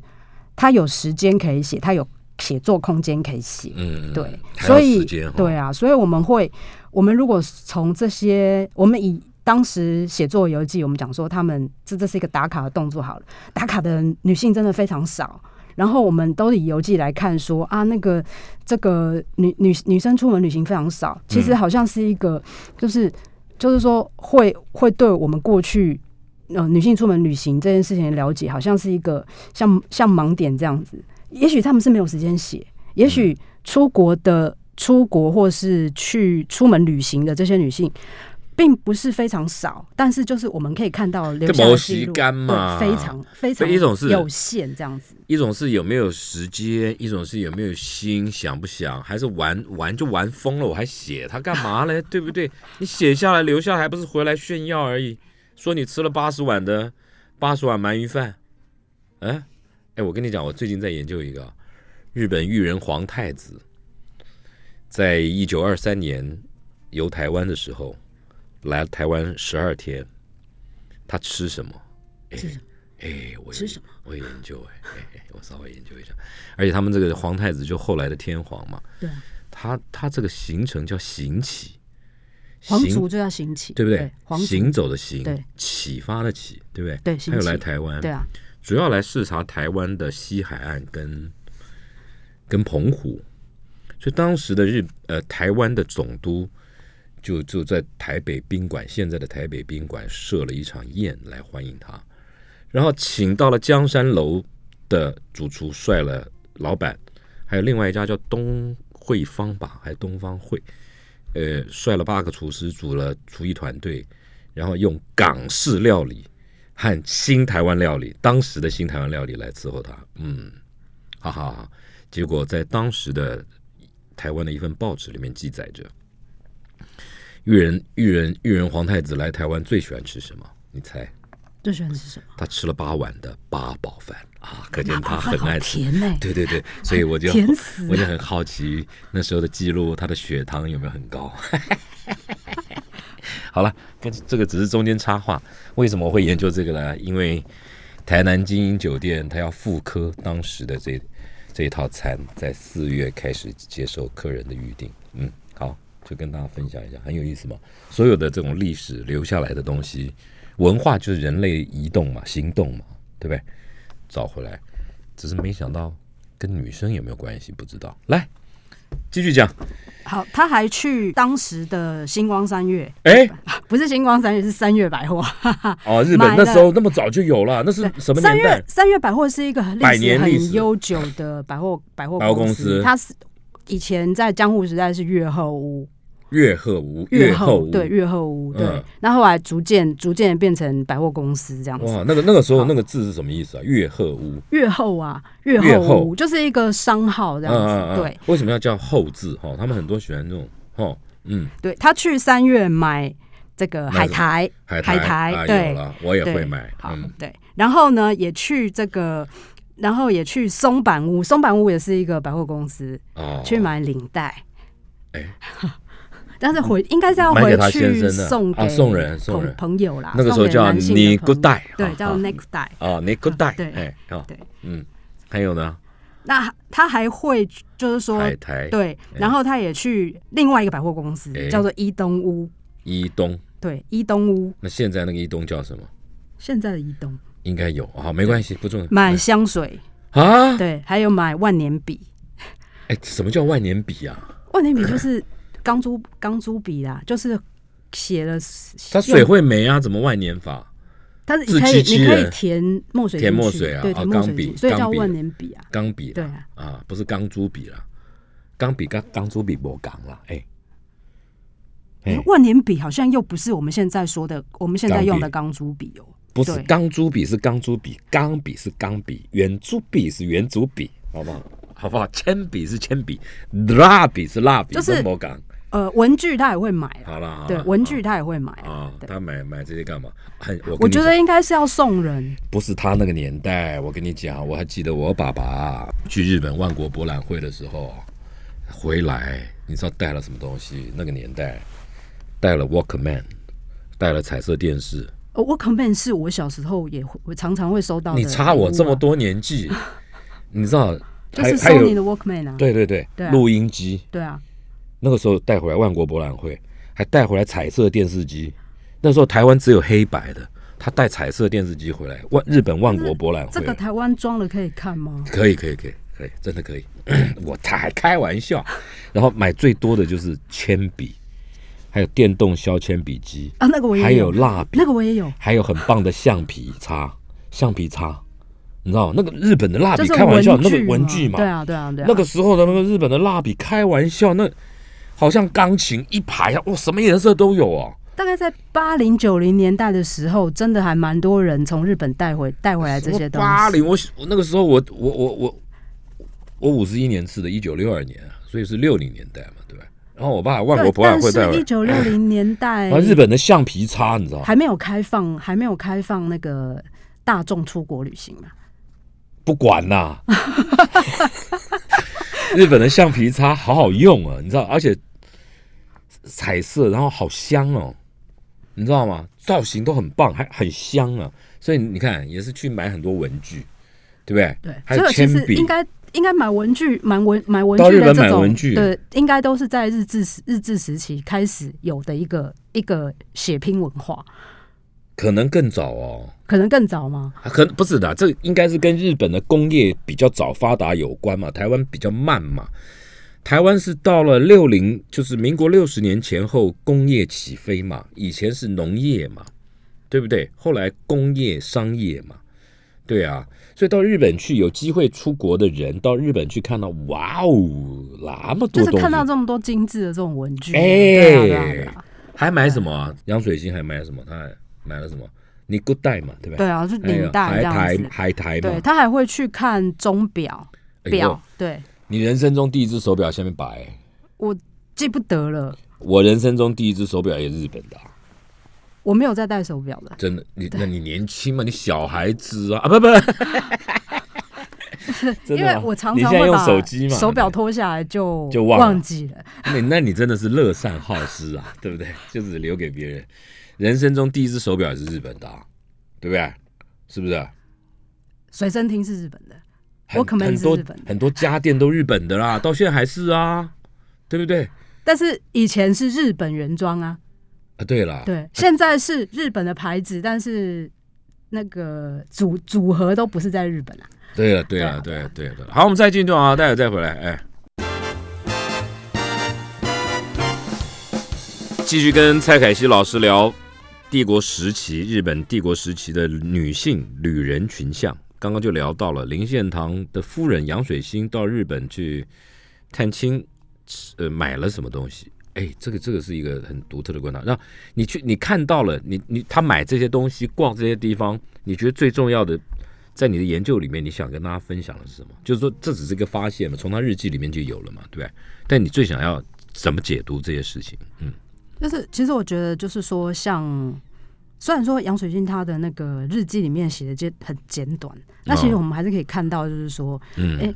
[SPEAKER 3] 她有时间可以写，她有写作空间可以写。
[SPEAKER 2] 嗯，嗯
[SPEAKER 3] 对，
[SPEAKER 2] 还要
[SPEAKER 3] 所以
[SPEAKER 2] 时间哈
[SPEAKER 3] 对啊，所以我们会，我们如果从这些，我们以当时写作游记，我们讲说他们这这是一个打卡的动作好了，打卡的女性真的非常少。然后我们都以游记来看说啊，那个这个女女女生出门旅行非常少，其
[SPEAKER 2] 嗯
[SPEAKER 3] 实好像是一个就是就是说会会对我们过去。呃，女性出门旅行这件事情的了解，好像是一个像像盲点这样子。也许他们是没有时间写，也许出国的出国或是去出门旅行的这些女性，并不是非常少，但是就是我们可以看到
[SPEAKER 2] 这
[SPEAKER 3] 留下的
[SPEAKER 2] 没
[SPEAKER 3] 记录
[SPEAKER 2] 时间嘛
[SPEAKER 3] 对非常非
[SPEAKER 2] 所
[SPEAKER 3] 常
[SPEAKER 2] 以一种是
[SPEAKER 3] 有限这样子。
[SPEAKER 2] 一种是有没有时间，一种是有没有心，想不想，还是玩玩就玩疯了，我还写它干嘛嘞？对不对？你写下来留下来，还不是回来炫耀而已？说你吃了八十碗的八十碗鳗鱼饭，哎哎，我跟你讲，我最近在研究一个啊日本裕仁皇太子，在一九二三年游台湾的时候，来台湾十二天，他吃什么？哎
[SPEAKER 3] 吃什么
[SPEAKER 2] 哎，我有
[SPEAKER 3] 吃什么？
[SPEAKER 2] 我有研究哎哎，哎我稍微研究一下。而且他们这个皇太子就后来的天皇嘛，
[SPEAKER 3] 对啊，
[SPEAKER 2] 他他这个行程叫行起，
[SPEAKER 3] 皇
[SPEAKER 2] 行
[SPEAKER 3] 族就要行起，
[SPEAKER 2] 对不
[SPEAKER 3] 对
[SPEAKER 2] 对？？
[SPEAKER 3] 皇族
[SPEAKER 2] 行走的行，
[SPEAKER 3] 对，
[SPEAKER 2] 启发的启，对不对？
[SPEAKER 3] 对行
[SPEAKER 2] 他有
[SPEAKER 3] 起
[SPEAKER 2] 来台湾，
[SPEAKER 3] 对啊，
[SPEAKER 2] 主要来视察台湾的西海岸跟跟澎湖，所以当时的日呃台湾的总督就就在台北宾馆，现在的台北宾馆设了一场宴来欢迎他，然后请到了江山楼的主厨率了老板，还有另外一家叫东惠方吧，还是东方汇，呃，率了八个厨师组了厨艺团队，然后用港式料理。和新台湾料理，当时的新台湾料理来伺候他。嗯，哈哈哈。结果在当时的台湾的一份报纸里面记载着，裕仁裕仁裕仁皇太子来台湾最喜欢吃什么？你猜？
[SPEAKER 3] 最喜欢吃什么？
[SPEAKER 2] 他吃了八碗的八宝饭啊，可见他
[SPEAKER 3] 哇
[SPEAKER 2] 很
[SPEAKER 3] 好
[SPEAKER 2] 爱吃。
[SPEAKER 3] 甜欸呢、
[SPEAKER 2] 对对对，所以我就
[SPEAKER 3] 哎 甜死了
[SPEAKER 2] 我就很好奇那时候的记录，他的血糖有没有很高？ 好了，跟这个只是中间插话。为什么我会研究这个呢？因为台南金鹰酒店它要复刻当时的这这一套餐，在四月开始接受客人的预定。嗯，好，就跟大家分享一下，很有意思嘛。所有的这种历史留下来的东西，文化就是人类移动嘛，行动嘛，对不对？找回来，只是没想到跟女生有没有关系，不知道。来，继续讲。
[SPEAKER 3] 好，他还去当时的星光三月，
[SPEAKER 2] 哎，
[SPEAKER 3] 不是星光三月，是三月百货。
[SPEAKER 2] 哦，日本
[SPEAKER 3] 买了
[SPEAKER 2] 那时候那么早就有了，那是什么
[SPEAKER 3] 三
[SPEAKER 2] 年代
[SPEAKER 3] 月？三月百货是一个历
[SPEAKER 2] 百
[SPEAKER 3] 史
[SPEAKER 2] 年历史
[SPEAKER 3] 很悠久的百货百货
[SPEAKER 2] 百货公
[SPEAKER 3] 司，
[SPEAKER 2] 司
[SPEAKER 3] 它是以前在江户时代是越后屋，
[SPEAKER 2] 月后屋，后屋，
[SPEAKER 3] 对越后屋对
[SPEAKER 2] 嗯，
[SPEAKER 3] 那、后来逐渐逐渐变成百货公司这样子。
[SPEAKER 2] 哇，那个那个时候那个字是什么意思啊？月后屋，
[SPEAKER 3] 越后啊，越
[SPEAKER 2] 越
[SPEAKER 3] 后屋
[SPEAKER 2] 后
[SPEAKER 3] 就是一个商号这样子，
[SPEAKER 2] 嗯嗯嗯
[SPEAKER 3] 对
[SPEAKER 2] 为什么要叫后字？哈，他们很多喜欢这种，哈，嗯，
[SPEAKER 3] 对，他去三月买这个海
[SPEAKER 2] 买什么
[SPEAKER 3] 苔，
[SPEAKER 2] 海
[SPEAKER 3] 海苔
[SPEAKER 2] 啊，
[SPEAKER 3] 对
[SPEAKER 2] 有了，我也
[SPEAKER 3] 对
[SPEAKER 2] 会买，
[SPEAKER 3] 好、
[SPEAKER 2] 嗯，
[SPEAKER 3] 对，然后呢也去这个，然后也去松板屋，松板屋也是一个百货公司，
[SPEAKER 2] 哦，
[SPEAKER 3] 去买领带。
[SPEAKER 2] 哎
[SPEAKER 3] 但是回应该是要
[SPEAKER 2] 买给
[SPEAKER 3] 回
[SPEAKER 2] 他先
[SPEAKER 3] 去
[SPEAKER 2] 生的
[SPEAKER 3] 送
[SPEAKER 2] 啊
[SPEAKER 3] 给
[SPEAKER 2] 送人送
[SPEAKER 3] 朋
[SPEAKER 2] 人
[SPEAKER 3] 朋友啦。
[SPEAKER 2] 那个时候
[SPEAKER 3] 送给
[SPEAKER 2] 叫
[SPEAKER 3] 男性的
[SPEAKER 2] Nick
[SPEAKER 3] 朋友
[SPEAKER 2] Goodbye，
[SPEAKER 3] 对
[SPEAKER 2] 啊，
[SPEAKER 3] 叫
[SPEAKER 2] 啊
[SPEAKER 3] neck die。
[SPEAKER 2] 啊，你个带，
[SPEAKER 3] 对
[SPEAKER 2] 哎啊，
[SPEAKER 3] 对，
[SPEAKER 2] 嗯，还有呢，
[SPEAKER 3] 那他还会就是说，
[SPEAKER 2] 海苔，，
[SPEAKER 3] 对，然后他也去另外一个百货公司
[SPEAKER 2] 哎，
[SPEAKER 3] 叫做伊东屋。
[SPEAKER 2] 伊东，
[SPEAKER 3] 对，伊东屋，
[SPEAKER 2] 那现在那个伊东叫什么？
[SPEAKER 3] 现在的伊东
[SPEAKER 2] 应该有，好，没关系，不重要。
[SPEAKER 3] 买香水，
[SPEAKER 2] 啊，
[SPEAKER 3] 对，还有买万年笔。
[SPEAKER 2] 哎，什么叫万年笔啊？
[SPEAKER 3] 万年笔就是 钢珠钢珠笔啦，就是写了。
[SPEAKER 2] 它
[SPEAKER 3] 它
[SPEAKER 2] 水，会没啊？怎么万年法？
[SPEAKER 3] 但是
[SPEAKER 2] 自
[SPEAKER 3] 你可
[SPEAKER 2] 欺
[SPEAKER 3] 以
[SPEAKER 2] 欺
[SPEAKER 3] 你可以
[SPEAKER 2] 人
[SPEAKER 3] 填墨水进
[SPEAKER 2] 填
[SPEAKER 3] 去，
[SPEAKER 2] 墨水啊
[SPEAKER 3] 对，
[SPEAKER 2] 哦
[SPEAKER 3] 填墨水
[SPEAKER 2] 钢笔
[SPEAKER 3] 进去所以叫
[SPEAKER 2] 钢笔
[SPEAKER 3] 万年笔啊。
[SPEAKER 2] 钢笔啦
[SPEAKER 3] 对啊，
[SPEAKER 2] 啊，不是钢珠笔啦，钢笔跟钢珠笔不钢啦，哎，哎
[SPEAKER 3] 诶万年笔好像又不是我们现在说的，我们现在用的钢珠笔哦，
[SPEAKER 2] 不是
[SPEAKER 3] 对
[SPEAKER 2] 钢珠笔是钢珠笔，钢笔是钢笔，圆珠笔是圆珠笔，好不好？好不好？铅笔是铅笔，蜡笔是蜡笔，
[SPEAKER 3] 就是
[SPEAKER 2] 不钢。
[SPEAKER 3] 呃，文具他也会买啦，
[SPEAKER 2] 好了，好啦
[SPEAKER 3] 对，文具他也会买
[SPEAKER 2] 啊
[SPEAKER 3] 啊，，对
[SPEAKER 2] 他买买这些干嘛？很，我
[SPEAKER 3] 我
[SPEAKER 2] 跟你
[SPEAKER 3] 觉
[SPEAKER 2] 讲
[SPEAKER 3] 得应该是要送人，
[SPEAKER 2] 不是他那个年代，我跟你讲，我还记得我爸爸去日本万国博览会的时候回来，你知道带了什么东西？那个年代带了 Walkman，带了彩色电视。
[SPEAKER 3] 呃，Walkman 是我小时候也会，我常常会收到的。啊
[SPEAKER 2] 你差我这么，多年纪，你知道？
[SPEAKER 3] 就
[SPEAKER 2] 还
[SPEAKER 3] 是
[SPEAKER 2] 还
[SPEAKER 3] Sony 的
[SPEAKER 2] 有
[SPEAKER 3] Walkman 啊。
[SPEAKER 2] 对对对
[SPEAKER 3] 对，啊
[SPEAKER 2] 录音机
[SPEAKER 3] 对啊，
[SPEAKER 2] 那个时候带回来万国博览会，还带回来彩色电视机。那时候台湾只有黑白的，他带彩色电视机回来，万日本万国博览会。
[SPEAKER 3] 这个台湾装了可以看吗？
[SPEAKER 2] 可以，可以，可以，可以，真的可以。 我他还开玩笑，然后买最多的就是铅笔，还有电动削铅笔机，
[SPEAKER 3] 啊，那个我也
[SPEAKER 2] 还有蜡笔
[SPEAKER 3] 那，个我也有，
[SPEAKER 2] 还有很棒的橡皮擦，橡皮擦，你知道那个日本的蜡
[SPEAKER 3] 就
[SPEAKER 2] 笔
[SPEAKER 3] 是
[SPEAKER 2] 开玩笑，
[SPEAKER 3] 文
[SPEAKER 2] 那个
[SPEAKER 3] 具
[SPEAKER 2] 文具嘛，
[SPEAKER 3] 对啊，对啊，对啊。
[SPEAKER 2] 那个时候的那个日本的蜡笔开玩笑，那好像钢琴一排啊，哇，什么颜色都有哦、
[SPEAKER 3] 大概在八零九零年代的时候，真的还蛮多人从日本带回带回来这些东西。
[SPEAKER 2] 八零，我我那个时候我我我我我五十一年次的，一九六二年啊，所以是六零年代嘛，对吧？然后我爸万国
[SPEAKER 3] 对，
[SPEAKER 2] 博览会带
[SPEAKER 3] 但
[SPEAKER 2] 回
[SPEAKER 3] 是
[SPEAKER 2] 来
[SPEAKER 3] 一，九六零年代
[SPEAKER 2] 然啊后日本的橡皮擦，你知道吗
[SPEAKER 3] 哎还没有开放，还没有开放那个大众出国旅行嘛。
[SPEAKER 2] 不管呐、 日本的橡皮擦好好用啊，你知道，而且彩色，然后好香哦，你知道吗？造型都很棒，还很香啊，所以你看也是去买很多文具，对不对？
[SPEAKER 3] 对，
[SPEAKER 2] 还
[SPEAKER 3] 所以
[SPEAKER 2] 有
[SPEAKER 3] 我其
[SPEAKER 2] 铅
[SPEAKER 3] 实
[SPEAKER 2] 笔，
[SPEAKER 3] 应该应该买文具，买文买文
[SPEAKER 2] 到
[SPEAKER 3] 具
[SPEAKER 2] 日
[SPEAKER 3] 的
[SPEAKER 2] 本
[SPEAKER 3] 这
[SPEAKER 2] 买
[SPEAKER 3] 种，
[SPEAKER 2] 文具
[SPEAKER 3] 对，应该都是在日治时日治时期开始有的一个一个血拼文化，
[SPEAKER 2] 可能更早哦。
[SPEAKER 3] 可能更早吗？
[SPEAKER 2] 啊可能不是的，这应该是跟日本的工业比较早发达有关嘛，台湾比较慢嘛。台湾是到了六零，就是民国六十年前后工业起飞嘛，以前是农业嘛，对不对？后来工业、商业嘛，对啊。所以到日本去，有机会出国的人到日本去看到，哇哦，那么
[SPEAKER 3] 就
[SPEAKER 2] 多
[SPEAKER 3] 是
[SPEAKER 2] 东
[SPEAKER 3] 看到
[SPEAKER 2] 西，
[SPEAKER 3] 这么多精致的这种文具，
[SPEAKER 2] 哎
[SPEAKER 3] 对啊对啊对啊，
[SPEAKER 2] 还买什么啊？杨水星还买什么？他还买了什么？你 good 带嘛，对不
[SPEAKER 3] 对
[SPEAKER 2] 对？
[SPEAKER 3] 啊，就
[SPEAKER 2] 还有
[SPEAKER 3] 领带这样
[SPEAKER 2] 海
[SPEAKER 3] 子
[SPEAKER 2] 苔，海苔嘛
[SPEAKER 3] 对，他还会去看钟表
[SPEAKER 2] 哎呦
[SPEAKER 3] 表，对
[SPEAKER 2] 你人生中第一只手表下面摆、
[SPEAKER 3] 我记不得了，
[SPEAKER 2] 我人生中第一只手表也是日本的啊、
[SPEAKER 3] 我没有在戴手表的，
[SPEAKER 2] 真的。你那你年轻嘛，你小孩子啊，啊 不不，真
[SPEAKER 3] 因
[SPEAKER 2] 的
[SPEAKER 3] 为
[SPEAKER 2] 吗
[SPEAKER 3] 我常
[SPEAKER 2] 你
[SPEAKER 3] 常
[SPEAKER 2] 现在
[SPEAKER 3] 会
[SPEAKER 2] 用
[SPEAKER 3] 把
[SPEAKER 2] 手机嘛，
[SPEAKER 3] 手表脱下来就
[SPEAKER 2] 就忘了
[SPEAKER 3] 记了，
[SPEAKER 2] 那那你真的是乐善好施啊， 对不对？就是留给别人。人生中第一只手表也是日本的、啊，对不对？是不是？
[SPEAKER 3] 随身听是日本的，
[SPEAKER 2] 很
[SPEAKER 3] Walkman
[SPEAKER 2] 很
[SPEAKER 3] 是
[SPEAKER 2] 多
[SPEAKER 3] 日本的
[SPEAKER 2] 很多家电都日本的啦，到现在还是啊，对不对？
[SPEAKER 3] 但是以前是日本原装啊，
[SPEAKER 2] 啊，对啦，
[SPEAKER 3] 对，现在是日本的牌子，但是那个组组合都不是在日本啊。
[SPEAKER 2] 对了，对了，对了，对了。对了好，我们再进一段啊，待会再回来。哎，继续跟蔡凯西老师聊帝国时期日本帝国时期的女性旅人群像。刚刚就聊到了林献堂的夫人杨水星到日本去探亲，呃，买了什么东西？哎，这个这个是一个很独特的观察。让你去，你看到了，你你他买这些东西，逛这些地方，你觉得最重要的在你的研究里面，你想跟大家分享的是什么？就是说，这只是一个发现嘛，从他日记里面就有了嘛，对不对？但你最想要怎么解读这些事情？嗯，
[SPEAKER 3] 就是其实我觉得，就是说像。虽然说杨水俊他的那个日记里面写的简很简短，那其实我们还是可以看到，就是说，
[SPEAKER 2] 嗯
[SPEAKER 3] 哎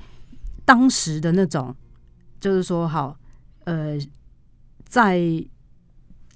[SPEAKER 3] 当时的那种，就是说好，呃，在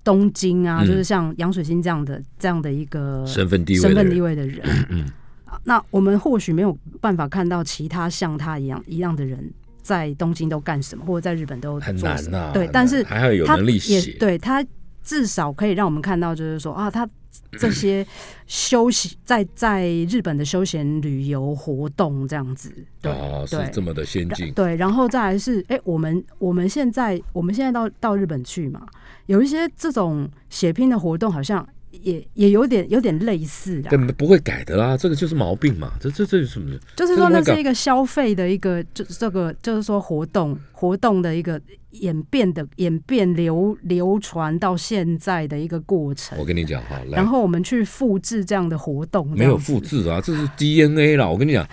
[SPEAKER 3] 东京啊，
[SPEAKER 2] 嗯
[SPEAKER 3] 就是像杨水星这样的这样的一个
[SPEAKER 2] 身份地位的
[SPEAKER 3] 身份
[SPEAKER 2] 人嗯
[SPEAKER 3] 地位的人，啊那我们或许没有办法看到其他像他一样一样的人在东京都干什么，或者在日本都
[SPEAKER 2] 很
[SPEAKER 3] 做
[SPEAKER 2] 难
[SPEAKER 3] 什么
[SPEAKER 2] 呐、
[SPEAKER 3] 对
[SPEAKER 2] 很，
[SPEAKER 3] 但
[SPEAKER 2] 难
[SPEAKER 3] 是
[SPEAKER 2] 还要有
[SPEAKER 3] 他
[SPEAKER 2] 能力
[SPEAKER 3] 也
[SPEAKER 2] 写，
[SPEAKER 3] 对他至少可以让我们看到，就是说啊，他 这些休息在在日本的休闲旅游活动这样子，对、
[SPEAKER 2] 哦，是
[SPEAKER 3] 对
[SPEAKER 2] 这么的先
[SPEAKER 3] 然
[SPEAKER 2] 进，
[SPEAKER 3] 对，然后再来是，哎、我们我们现在我们现在到到日本去嘛，有一些这种血拼的活动，好像也也有点有点类似的，
[SPEAKER 2] 但不会改的啦，这个就是毛病嘛，这这这有什么？
[SPEAKER 3] 就是说
[SPEAKER 2] 这
[SPEAKER 3] 那
[SPEAKER 2] 个
[SPEAKER 3] 是一个消费的一个，就这个就是说活动活动的一个演变的演变流流传到现在的一个过程
[SPEAKER 2] 我。跟你讲哈，来
[SPEAKER 3] 然后我们去复制这样的活动，这
[SPEAKER 2] 没有
[SPEAKER 3] 样子
[SPEAKER 2] 复制啊，这是 DNA 啦。我跟你讲，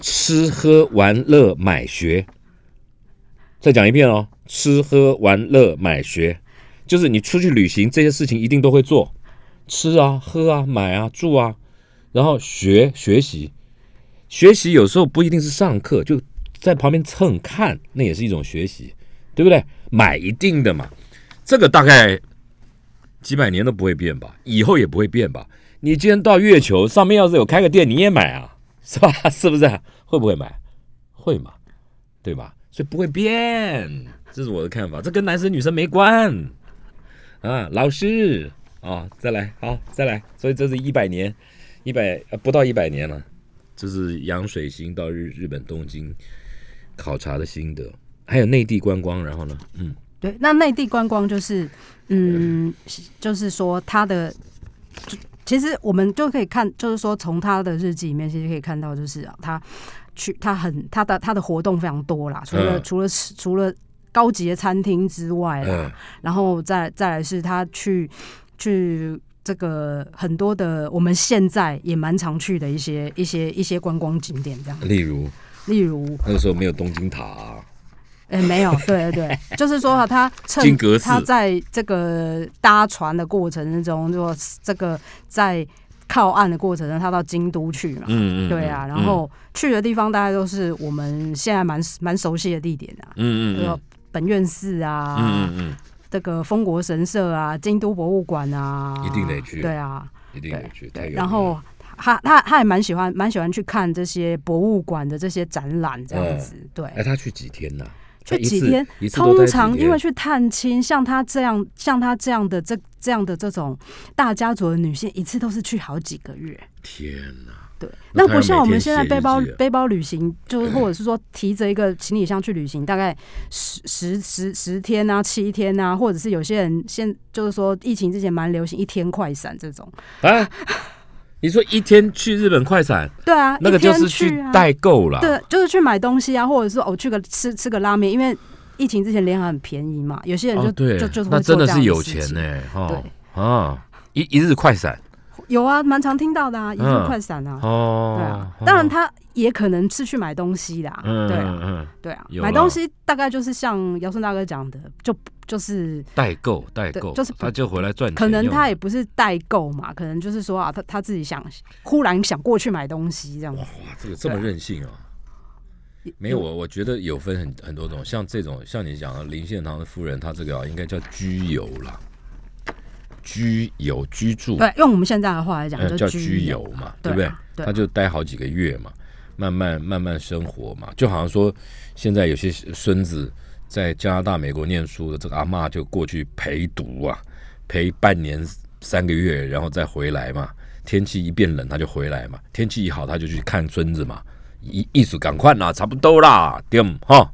[SPEAKER 2] 吃喝玩乐买学，再讲一遍哦，吃喝玩乐买学，就是你出去旅行这些事情一定都会做，吃啊、喝啊、买啊、住啊，然后学学习，学习有时候不一定是上课，就在旁边蹭看，那也是一种学习，对不对？买一定的嘛，这个大概几百年都不会变吧，以后也不会变吧。你今天到月球上面要是有开个店，你也买啊， 是吧？是不是？会不会买？会嘛，对吧？所以不会变，这是我的看法，这跟男生女生没关啊。老师啊，再来，好，再来。所以这是一百年，一百呃不到一百年了，这是杨水星到日日本东京考察的心得，还有内地观光。然后呢，嗯，
[SPEAKER 3] 对，那内地观光就是，嗯，就是说它的，就其实我们就可以看，就是说从他的日记里面其实可以看到，就是啊他去他很他的他的活动非常多啦，除了、
[SPEAKER 2] 嗯
[SPEAKER 3] 除了吃除了高级的餐厅之外啦，
[SPEAKER 2] 嗯
[SPEAKER 3] 然后再再来是他去去。这个很多的，我们现在也蛮常去的一些一些一些观光景点，这样，
[SPEAKER 2] 呃例如
[SPEAKER 3] 例如
[SPEAKER 2] 那个时候没有东京塔啊、
[SPEAKER 3] 哎、没有，对对 对，就是说哈，他
[SPEAKER 2] 金
[SPEAKER 3] 趁
[SPEAKER 2] 阁寺
[SPEAKER 3] 他在这个搭船的过程之中，就这个在靠岸的过程中，他到京都去嘛，
[SPEAKER 2] 嗯
[SPEAKER 3] 对啊，然后去的地方大概都是我们现在蛮蛮熟悉的地点啊，
[SPEAKER 2] 嗯
[SPEAKER 3] 比如说本院寺啊，
[SPEAKER 2] 嗯嗯
[SPEAKER 3] 这个丰国神社啊，京都博物馆啊，
[SPEAKER 2] 一定得去
[SPEAKER 3] 对啊，
[SPEAKER 2] 嗯，一定得去。太有嗯
[SPEAKER 3] 对，
[SPEAKER 2] 名
[SPEAKER 3] 然后他他他也蛮喜欢蛮喜欢去看这些博物馆的这些展览这样子，对，
[SPEAKER 2] 哎，他去几天呐、他
[SPEAKER 3] 去
[SPEAKER 2] 一
[SPEAKER 3] 几
[SPEAKER 2] 次
[SPEAKER 3] 天
[SPEAKER 2] 一，次都待
[SPEAKER 3] 通
[SPEAKER 2] 几
[SPEAKER 3] 常因
[SPEAKER 2] 天
[SPEAKER 3] 为去探亲，像她这样，像她这样的这这样的这种大家族的女性，一次都是去好几个月。
[SPEAKER 2] 天呐、
[SPEAKER 3] 对，
[SPEAKER 2] 那
[SPEAKER 3] 那
[SPEAKER 2] 她
[SPEAKER 3] 不
[SPEAKER 2] 要
[SPEAKER 3] 像
[SPEAKER 2] 每
[SPEAKER 3] 我们
[SPEAKER 2] 天
[SPEAKER 3] 现在
[SPEAKER 2] 写
[SPEAKER 3] 背
[SPEAKER 2] 日
[SPEAKER 3] 包
[SPEAKER 2] 记啊
[SPEAKER 3] 背包旅行，就是或者是说提着一个行李箱去旅行，大概十十十十天啊、七天啊，或者是有些人现就是说疫情之前蛮流行一天快闪这种。
[SPEAKER 2] 啊！你说一天去日本快闪，
[SPEAKER 3] 对啊，
[SPEAKER 2] 那个
[SPEAKER 3] 一天
[SPEAKER 2] 就是
[SPEAKER 3] 去
[SPEAKER 2] 去
[SPEAKER 3] 啊
[SPEAKER 2] 代购啦。
[SPEAKER 3] 对，就是去买东西啊，或者是哦去个吃吃个拉面，因为疫情之前联航很便宜嘛，有些人就、
[SPEAKER 2] 哦，对，
[SPEAKER 3] 就就是
[SPEAKER 2] 那
[SPEAKER 3] 会做
[SPEAKER 2] 真的
[SPEAKER 3] 这样
[SPEAKER 2] 是有
[SPEAKER 3] 事
[SPEAKER 2] 钱
[SPEAKER 3] 情
[SPEAKER 2] 呢、哦啊，一一日快闪
[SPEAKER 3] 有啊，蛮常听到的啊，一日
[SPEAKER 2] 嗯
[SPEAKER 3] 快闪啊，
[SPEAKER 2] 哦，
[SPEAKER 3] 对啊
[SPEAKER 2] 哦，
[SPEAKER 3] 当然他也可能是去买东西啦，
[SPEAKER 2] 嗯
[SPEAKER 3] 对
[SPEAKER 2] 嗯
[SPEAKER 3] 啊，
[SPEAKER 2] 嗯，
[SPEAKER 3] 对啊，
[SPEAKER 2] 有啦
[SPEAKER 3] 买东西大概就是像姚顺大哥讲的，就就是
[SPEAKER 2] 代购代购，
[SPEAKER 3] 对就是
[SPEAKER 2] 他就回来赚钱用，
[SPEAKER 3] 可能他也不是代购嘛，可能就是说啊，他他自己想忽然想过去买东西这样子
[SPEAKER 2] 哇，，这个这么
[SPEAKER 3] 对啊
[SPEAKER 2] 任性啊！没有我，我觉得有分很很多种，像这种像你讲的林献堂的夫人，她这个啊应该叫居游啦，居游居住，
[SPEAKER 3] 对，用我们现在的话来讲，
[SPEAKER 2] 呃
[SPEAKER 3] 就
[SPEAKER 2] 叫
[SPEAKER 3] 居
[SPEAKER 2] 居游嘛，
[SPEAKER 3] 对
[SPEAKER 2] 不对
[SPEAKER 3] 啊？对啊
[SPEAKER 2] 他就待好几个月嘛，慢慢慢慢生活嘛，就好像说现在有些孙子在加拿大、美国念书的，这个阿嬷就过去陪读啊，陪半年三个月，然后再回来嘛。天气一变冷，他就回来嘛；天气一好，他就去看孙子嘛。艺艺术赶快啦，差不多啦，对吗哈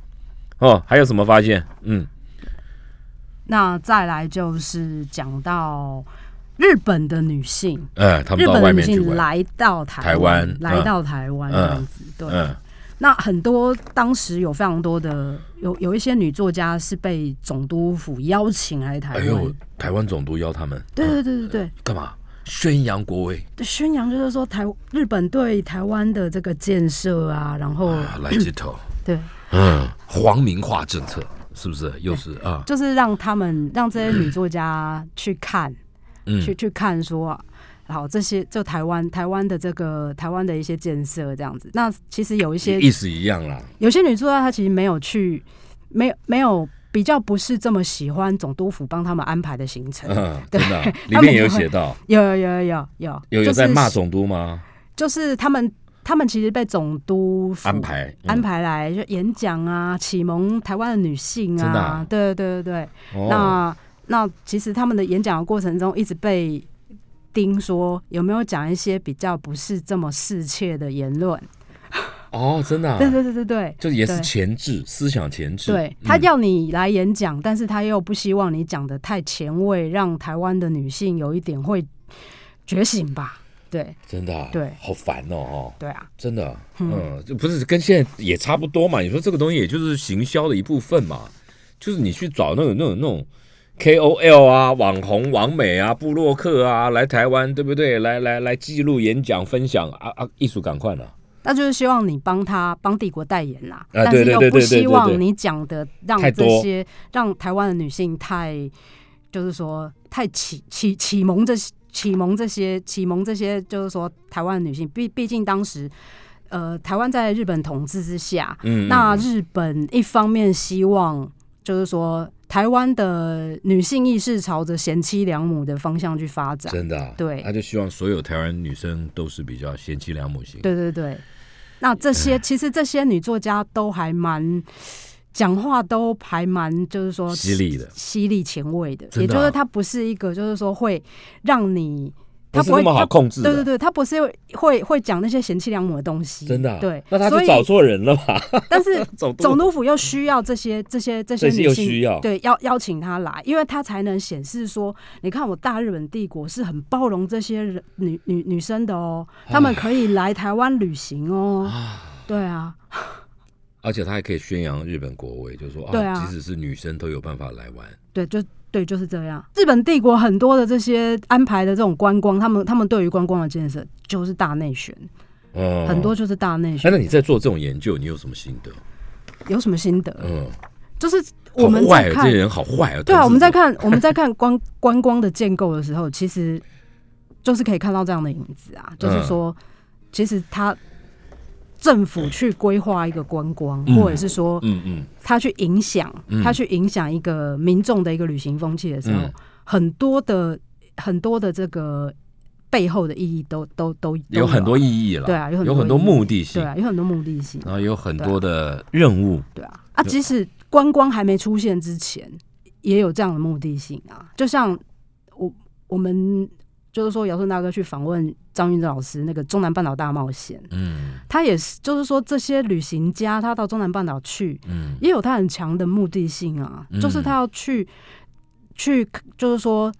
[SPEAKER 2] 哦，还有什么发现？嗯，
[SPEAKER 3] 那再来就是讲到日本的女性，
[SPEAKER 2] 哎，他们
[SPEAKER 3] 日
[SPEAKER 2] 到
[SPEAKER 3] 本
[SPEAKER 2] 外
[SPEAKER 3] 的女
[SPEAKER 2] 面去
[SPEAKER 3] 性
[SPEAKER 2] 玩，
[SPEAKER 3] 来到台
[SPEAKER 2] 台湾
[SPEAKER 3] 来
[SPEAKER 2] 嗯
[SPEAKER 3] 到台湾这样子，对，
[SPEAKER 2] 嗯，
[SPEAKER 3] 那很多当时有非常多的有有一些女作家是被总督府邀请来台
[SPEAKER 2] 哎
[SPEAKER 3] 湾，
[SPEAKER 2] 呦，台湾总督邀他们，嗯
[SPEAKER 3] 对对对对对
[SPEAKER 2] 干嘛？宣扬国威。
[SPEAKER 3] 对，宣扬就是说台日本对台湾的这个建设啊，然后
[SPEAKER 2] 啊，来接头，
[SPEAKER 3] 对，
[SPEAKER 2] 嗯，皇民化政策是不是又是
[SPEAKER 3] 哎
[SPEAKER 2] 啊？
[SPEAKER 3] 就是让他们让这些女作家去看，
[SPEAKER 2] 嗯
[SPEAKER 3] 去去看说。好，这些就台湾台湾的这个台湾的一些建设这样子。那其实有一些
[SPEAKER 2] 意思一样啦，
[SPEAKER 3] 有些女作家她其实没有去，没有没有比较不是这么喜欢总督府帮他们安排的行程。
[SPEAKER 2] 嗯，真
[SPEAKER 3] 对
[SPEAKER 2] 的啊，里
[SPEAKER 3] 他们
[SPEAKER 2] 面也有
[SPEAKER 3] 就会
[SPEAKER 2] 写到，
[SPEAKER 3] 有有有有有
[SPEAKER 2] 有
[SPEAKER 3] 就
[SPEAKER 2] 有
[SPEAKER 3] 是
[SPEAKER 2] 在骂总督吗？
[SPEAKER 3] 就是他们。他们其实被总督府
[SPEAKER 2] 安排嗯
[SPEAKER 3] 安排来就演讲啊，启蒙台湾的女性
[SPEAKER 2] 真的
[SPEAKER 3] 啊
[SPEAKER 2] 啊，
[SPEAKER 3] 对对对对。
[SPEAKER 2] 哦，
[SPEAKER 3] 那那其实他们的演讲的过程中，一直被盯说有没有讲一些比较不是这么适切的言论。
[SPEAKER 2] 哦，真的啊，
[SPEAKER 3] 对对对对对。
[SPEAKER 2] 就也是
[SPEAKER 3] 对
[SPEAKER 2] 前置思想前置，
[SPEAKER 3] 对
[SPEAKER 2] 嗯
[SPEAKER 3] 他要你来演讲，但是他又不希望你讲的太前卫，让台湾的女性有一点会觉醒吧？对
[SPEAKER 2] 真的啊
[SPEAKER 3] 对
[SPEAKER 2] 好烦哦哦。
[SPEAKER 3] 对啊，
[SPEAKER 2] 真的，嗯，这不是跟现在也差不多嘛？你说这个东西也就是行销的一部分嘛，就是你去找那种那种那种 KOL 啊、网红、网美啊、布洛克啊来台湾，对不对？来来来记录演讲、分享啊啊，艺术赶快了，
[SPEAKER 3] 那就是希望你帮他帮帝国代言啦，
[SPEAKER 2] 啊
[SPEAKER 3] 但
[SPEAKER 2] 对
[SPEAKER 3] 是
[SPEAKER 2] 对
[SPEAKER 3] 又
[SPEAKER 2] 对
[SPEAKER 3] 不
[SPEAKER 2] 对对
[SPEAKER 3] 希
[SPEAKER 2] 对对
[SPEAKER 3] 望你讲的让
[SPEAKER 2] 太
[SPEAKER 3] 这
[SPEAKER 2] 多
[SPEAKER 3] 些让台湾的女性太，就是说太启启启蒙这些启蒙这些启蒙这些，就是说台湾的女性，毕毕竟当时。呃，台湾在日本统治之下，
[SPEAKER 2] 嗯，
[SPEAKER 3] 那
[SPEAKER 2] 嗯
[SPEAKER 3] 日本一方面希望，就是说台湾的女性意识朝着贤妻良母的方向去发展。
[SPEAKER 2] 真的啊
[SPEAKER 3] 对
[SPEAKER 2] 他就希望所有台湾女生都是比较贤妻良母型，
[SPEAKER 3] 对对对，那这些其实这些女作家都还蛮讲话都还蛮，就是说
[SPEAKER 2] 犀利的，
[SPEAKER 3] 犀利前卫的，
[SPEAKER 2] 真的啊
[SPEAKER 3] 也就是她不是一个就是说会让你。她
[SPEAKER 2] 不是那
[SPEAKER 3] 会
[SPEAKER 2] 么好
[SPEAKER 3] 她
[SPEAKER 2] 控制的，
[SPEAKER 3] 对对对，她不是会会讲那些贤妻良母的东西，
[SPEAKER 2] 真的啊
[SPEAKER 3] 对，
[SPEAKER 2] 那他
[SPEAKER 3] 所
[SPEAKER 2] 就
[SPEAKER 3] 以
[SPEAKER 2] 找错人了吧？
[SPEAKER 3] 但是
[SPEAKER 2] 总督
[SPEAKER 3] 总督府又需要这些这些这
[SPEAKER 2] 这
[SPEAKER 3] 些
[SPEAKER 2] 些
[SPEAKER 3] 女
[SPEAKER 2] 又
[SPEAKER 3] 性，
[SPEAKER 2] 需要
[SPEAKER 3] 对邀邀请她来，因为她才能显示说，你看我大日本帝国是很包容这些人女女女生的哦，她们可以来台湾旅行哦，对啊，
[SPEAKER 2] 而且他还可以宣扬日本国威，就说
[SPEAKER 3] 对啊
[SPEAKER 2] 即使是女生都有办法来玩，
[SPEAKER 3] 对，就对，就是这样。日本帝国很多的这些安排的这种观光，他们他们对于观光的建设就是大内宣，
[SPEAKER 2] 嗯，
[SPEAKER 3] 很多就是大内
[SPEAKER 2] 哎，
[SPEAKER 3] 宣。
[SPEAKER 2] 那你在做这种研究，你有什么心得？
[SPEAKER 3] 有什么心得？
[SPEAKER 2] 嗯，
[SPEAKER 3] 就是我们
[SPEAKER 2] 好坏
[SPEAKER 3] 在
[SPEAKER 2] 哦，
[SPEAKER 3] 看
[SPEAKER 2] 这些人好坏哦。
[SPEAKER 3] 对啊，我们在
[SPEAKER 2] 看，
[SPEAKER 3] 看我们在看观观光的建构的时候，其实就是可以看到这样的影子
[SPEAKER 2] 嗯
[SPEAKER 3] 啊，就是说，其实他政府去规划一个观光，
[SPEAKER 2] 嗯
[SPEAKER 3] 或者是说
[SPEAKER 2] 嗯嗯，
[SPEAKER 3] 他去影响，
[SPEAKER 2] 嗯
[SPEAKER 3] 他去影响一个民众的一个旅行风气的时候，
[SPEAKER 2] 嗯
[SPEAKER 3] 很多的很多的这个背后的意义都都都都
[SPEAKER 2] 有很多
[SPEAKER 3] 啊
[SPEAKER 2] 意义了，
[SPEAKER 3] 对啊有很多
[SPEAKER 2] 很多
[SPEAKER 3] 意义
[SPEAKER 2] 目的性
[SPEAKER 3] 对，啊，有很多目的性，
[SPEAKER 2] 然后有很多的任务，
[SPEAKER 3] 对啊，啊，即使观光还没出现之前，也有这样的目的性啊。就像我我们就是说，姚顺大哥去访问张云老师那个中南半岛大冒险，
[SPEAKER 2] 嗯
[SPEAKER 3] 他也是就是说，这些旅行家他到中南半岛去，
[SPEAKER 2] 嗯
[SPEAKER 3] 也有他很强的目的性啊，
[SPEAKER 2] 嗯
[SPEAKER 3] 就是他要去去，就是说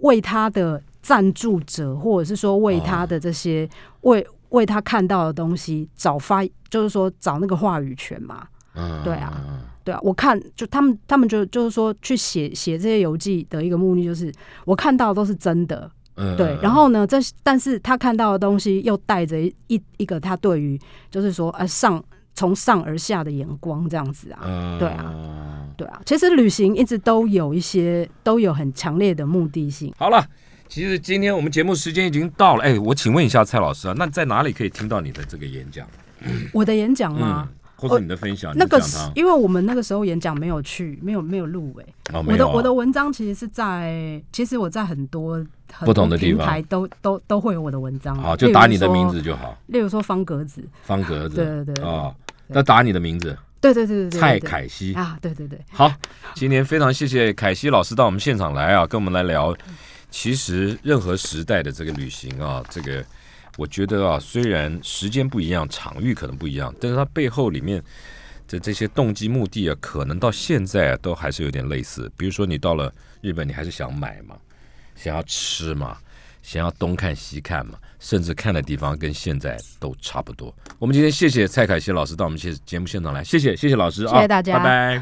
[SPEAKER 3] 为他的赞助者，或者是说为他的这些、为为他看到的东西找发，就是说找那个话语权嘛。
[SPEAKER 2] 嗯，
[SPEAKER 3] 对啊对啊，我看就他们，他们就就是说去写写这些游记的一个目的，就是我看到的都是真的，
[SPEAKER 2] 嗯，
[SPEAKER 3] 对。然后呢，这但是他看到的东西又带着一一一个他对于就是说呃上从上而下的眼光这样子啊，
[SPEAKER 2] 嗯，
[SPEAKER 3] 对
[SPEAKER 2] 啊，
[SPEAKER 3] 对啊。其实旅行一直都有一些都有很强烈的目的性，
[SPEAKER 2] 好了。其实今天我们节目时间已经到了，哎，我请问一下蔡老师啊，那在哪里可以听到你的这个演讲？嗯
[SPEAKER 3] 我的演讲嘛。，
[SPEAKER 2] 或者你的分享，
[SPEAKER 3] 嗯那个
[SPEAKER 2] 嗯你的讲堂
[SPEAKER 3] 因为我们那个时候演讲没有去，没有没有欸入围。
[SPEAKER 2] 哦没
[SPEAKER 3] 我的
[SPEAKER 2] 有啊
[SPEAKER 3] 我的文章其实是在，其实我在很多很
[SPEAKER 2] 不
[SPEAKER 3] 多
[SPEAKER 2] 同的地
[SPEAKER 3] 平
[SPEAKER 2] 方
[SPEAKER 3] 台都都都会有我的文章。啊
[SPEAKER 2] 好，就打你的
[SPEAKER 3] 例如说
[SPEAKER 2] 名字就好，
[SPEAKER 3] 例如说方格子，
[SPEAKER 2] 方格子，
[SPEAKER 3] 对对对
[SPEAKER 2] 啊，那打你的名字，
[SPEAKER 3] 对对对对对，
[SPEAKER 2] 蔡
[SPEAKER 3] 对
[SPEAKER 2] 凯西，
[SPEAKER 3] 啊，对对对，
[SPEAKER 2] 好，今天非常谢谢凯西老师到我们现场来啊，跟我们来聊。其实任何时代的这个旅行啊，这个我觉得啊，虽然时间不一样，场域可能不一样，但是它背后里面的这些动机目的啊，可能到现在啊都还是有点类似。比如说你到了日本，你还是想买嘛，想要吃嘛，想要东看西看嘛，甚至看的地方跟现在都差不多。我们今天谢谢蔡凯西老师到我们现节目现场来，谢谢谢谢老师啊，
[SPEAKER 3] 谢谢大家
[SPEAKER 2] 拜拜。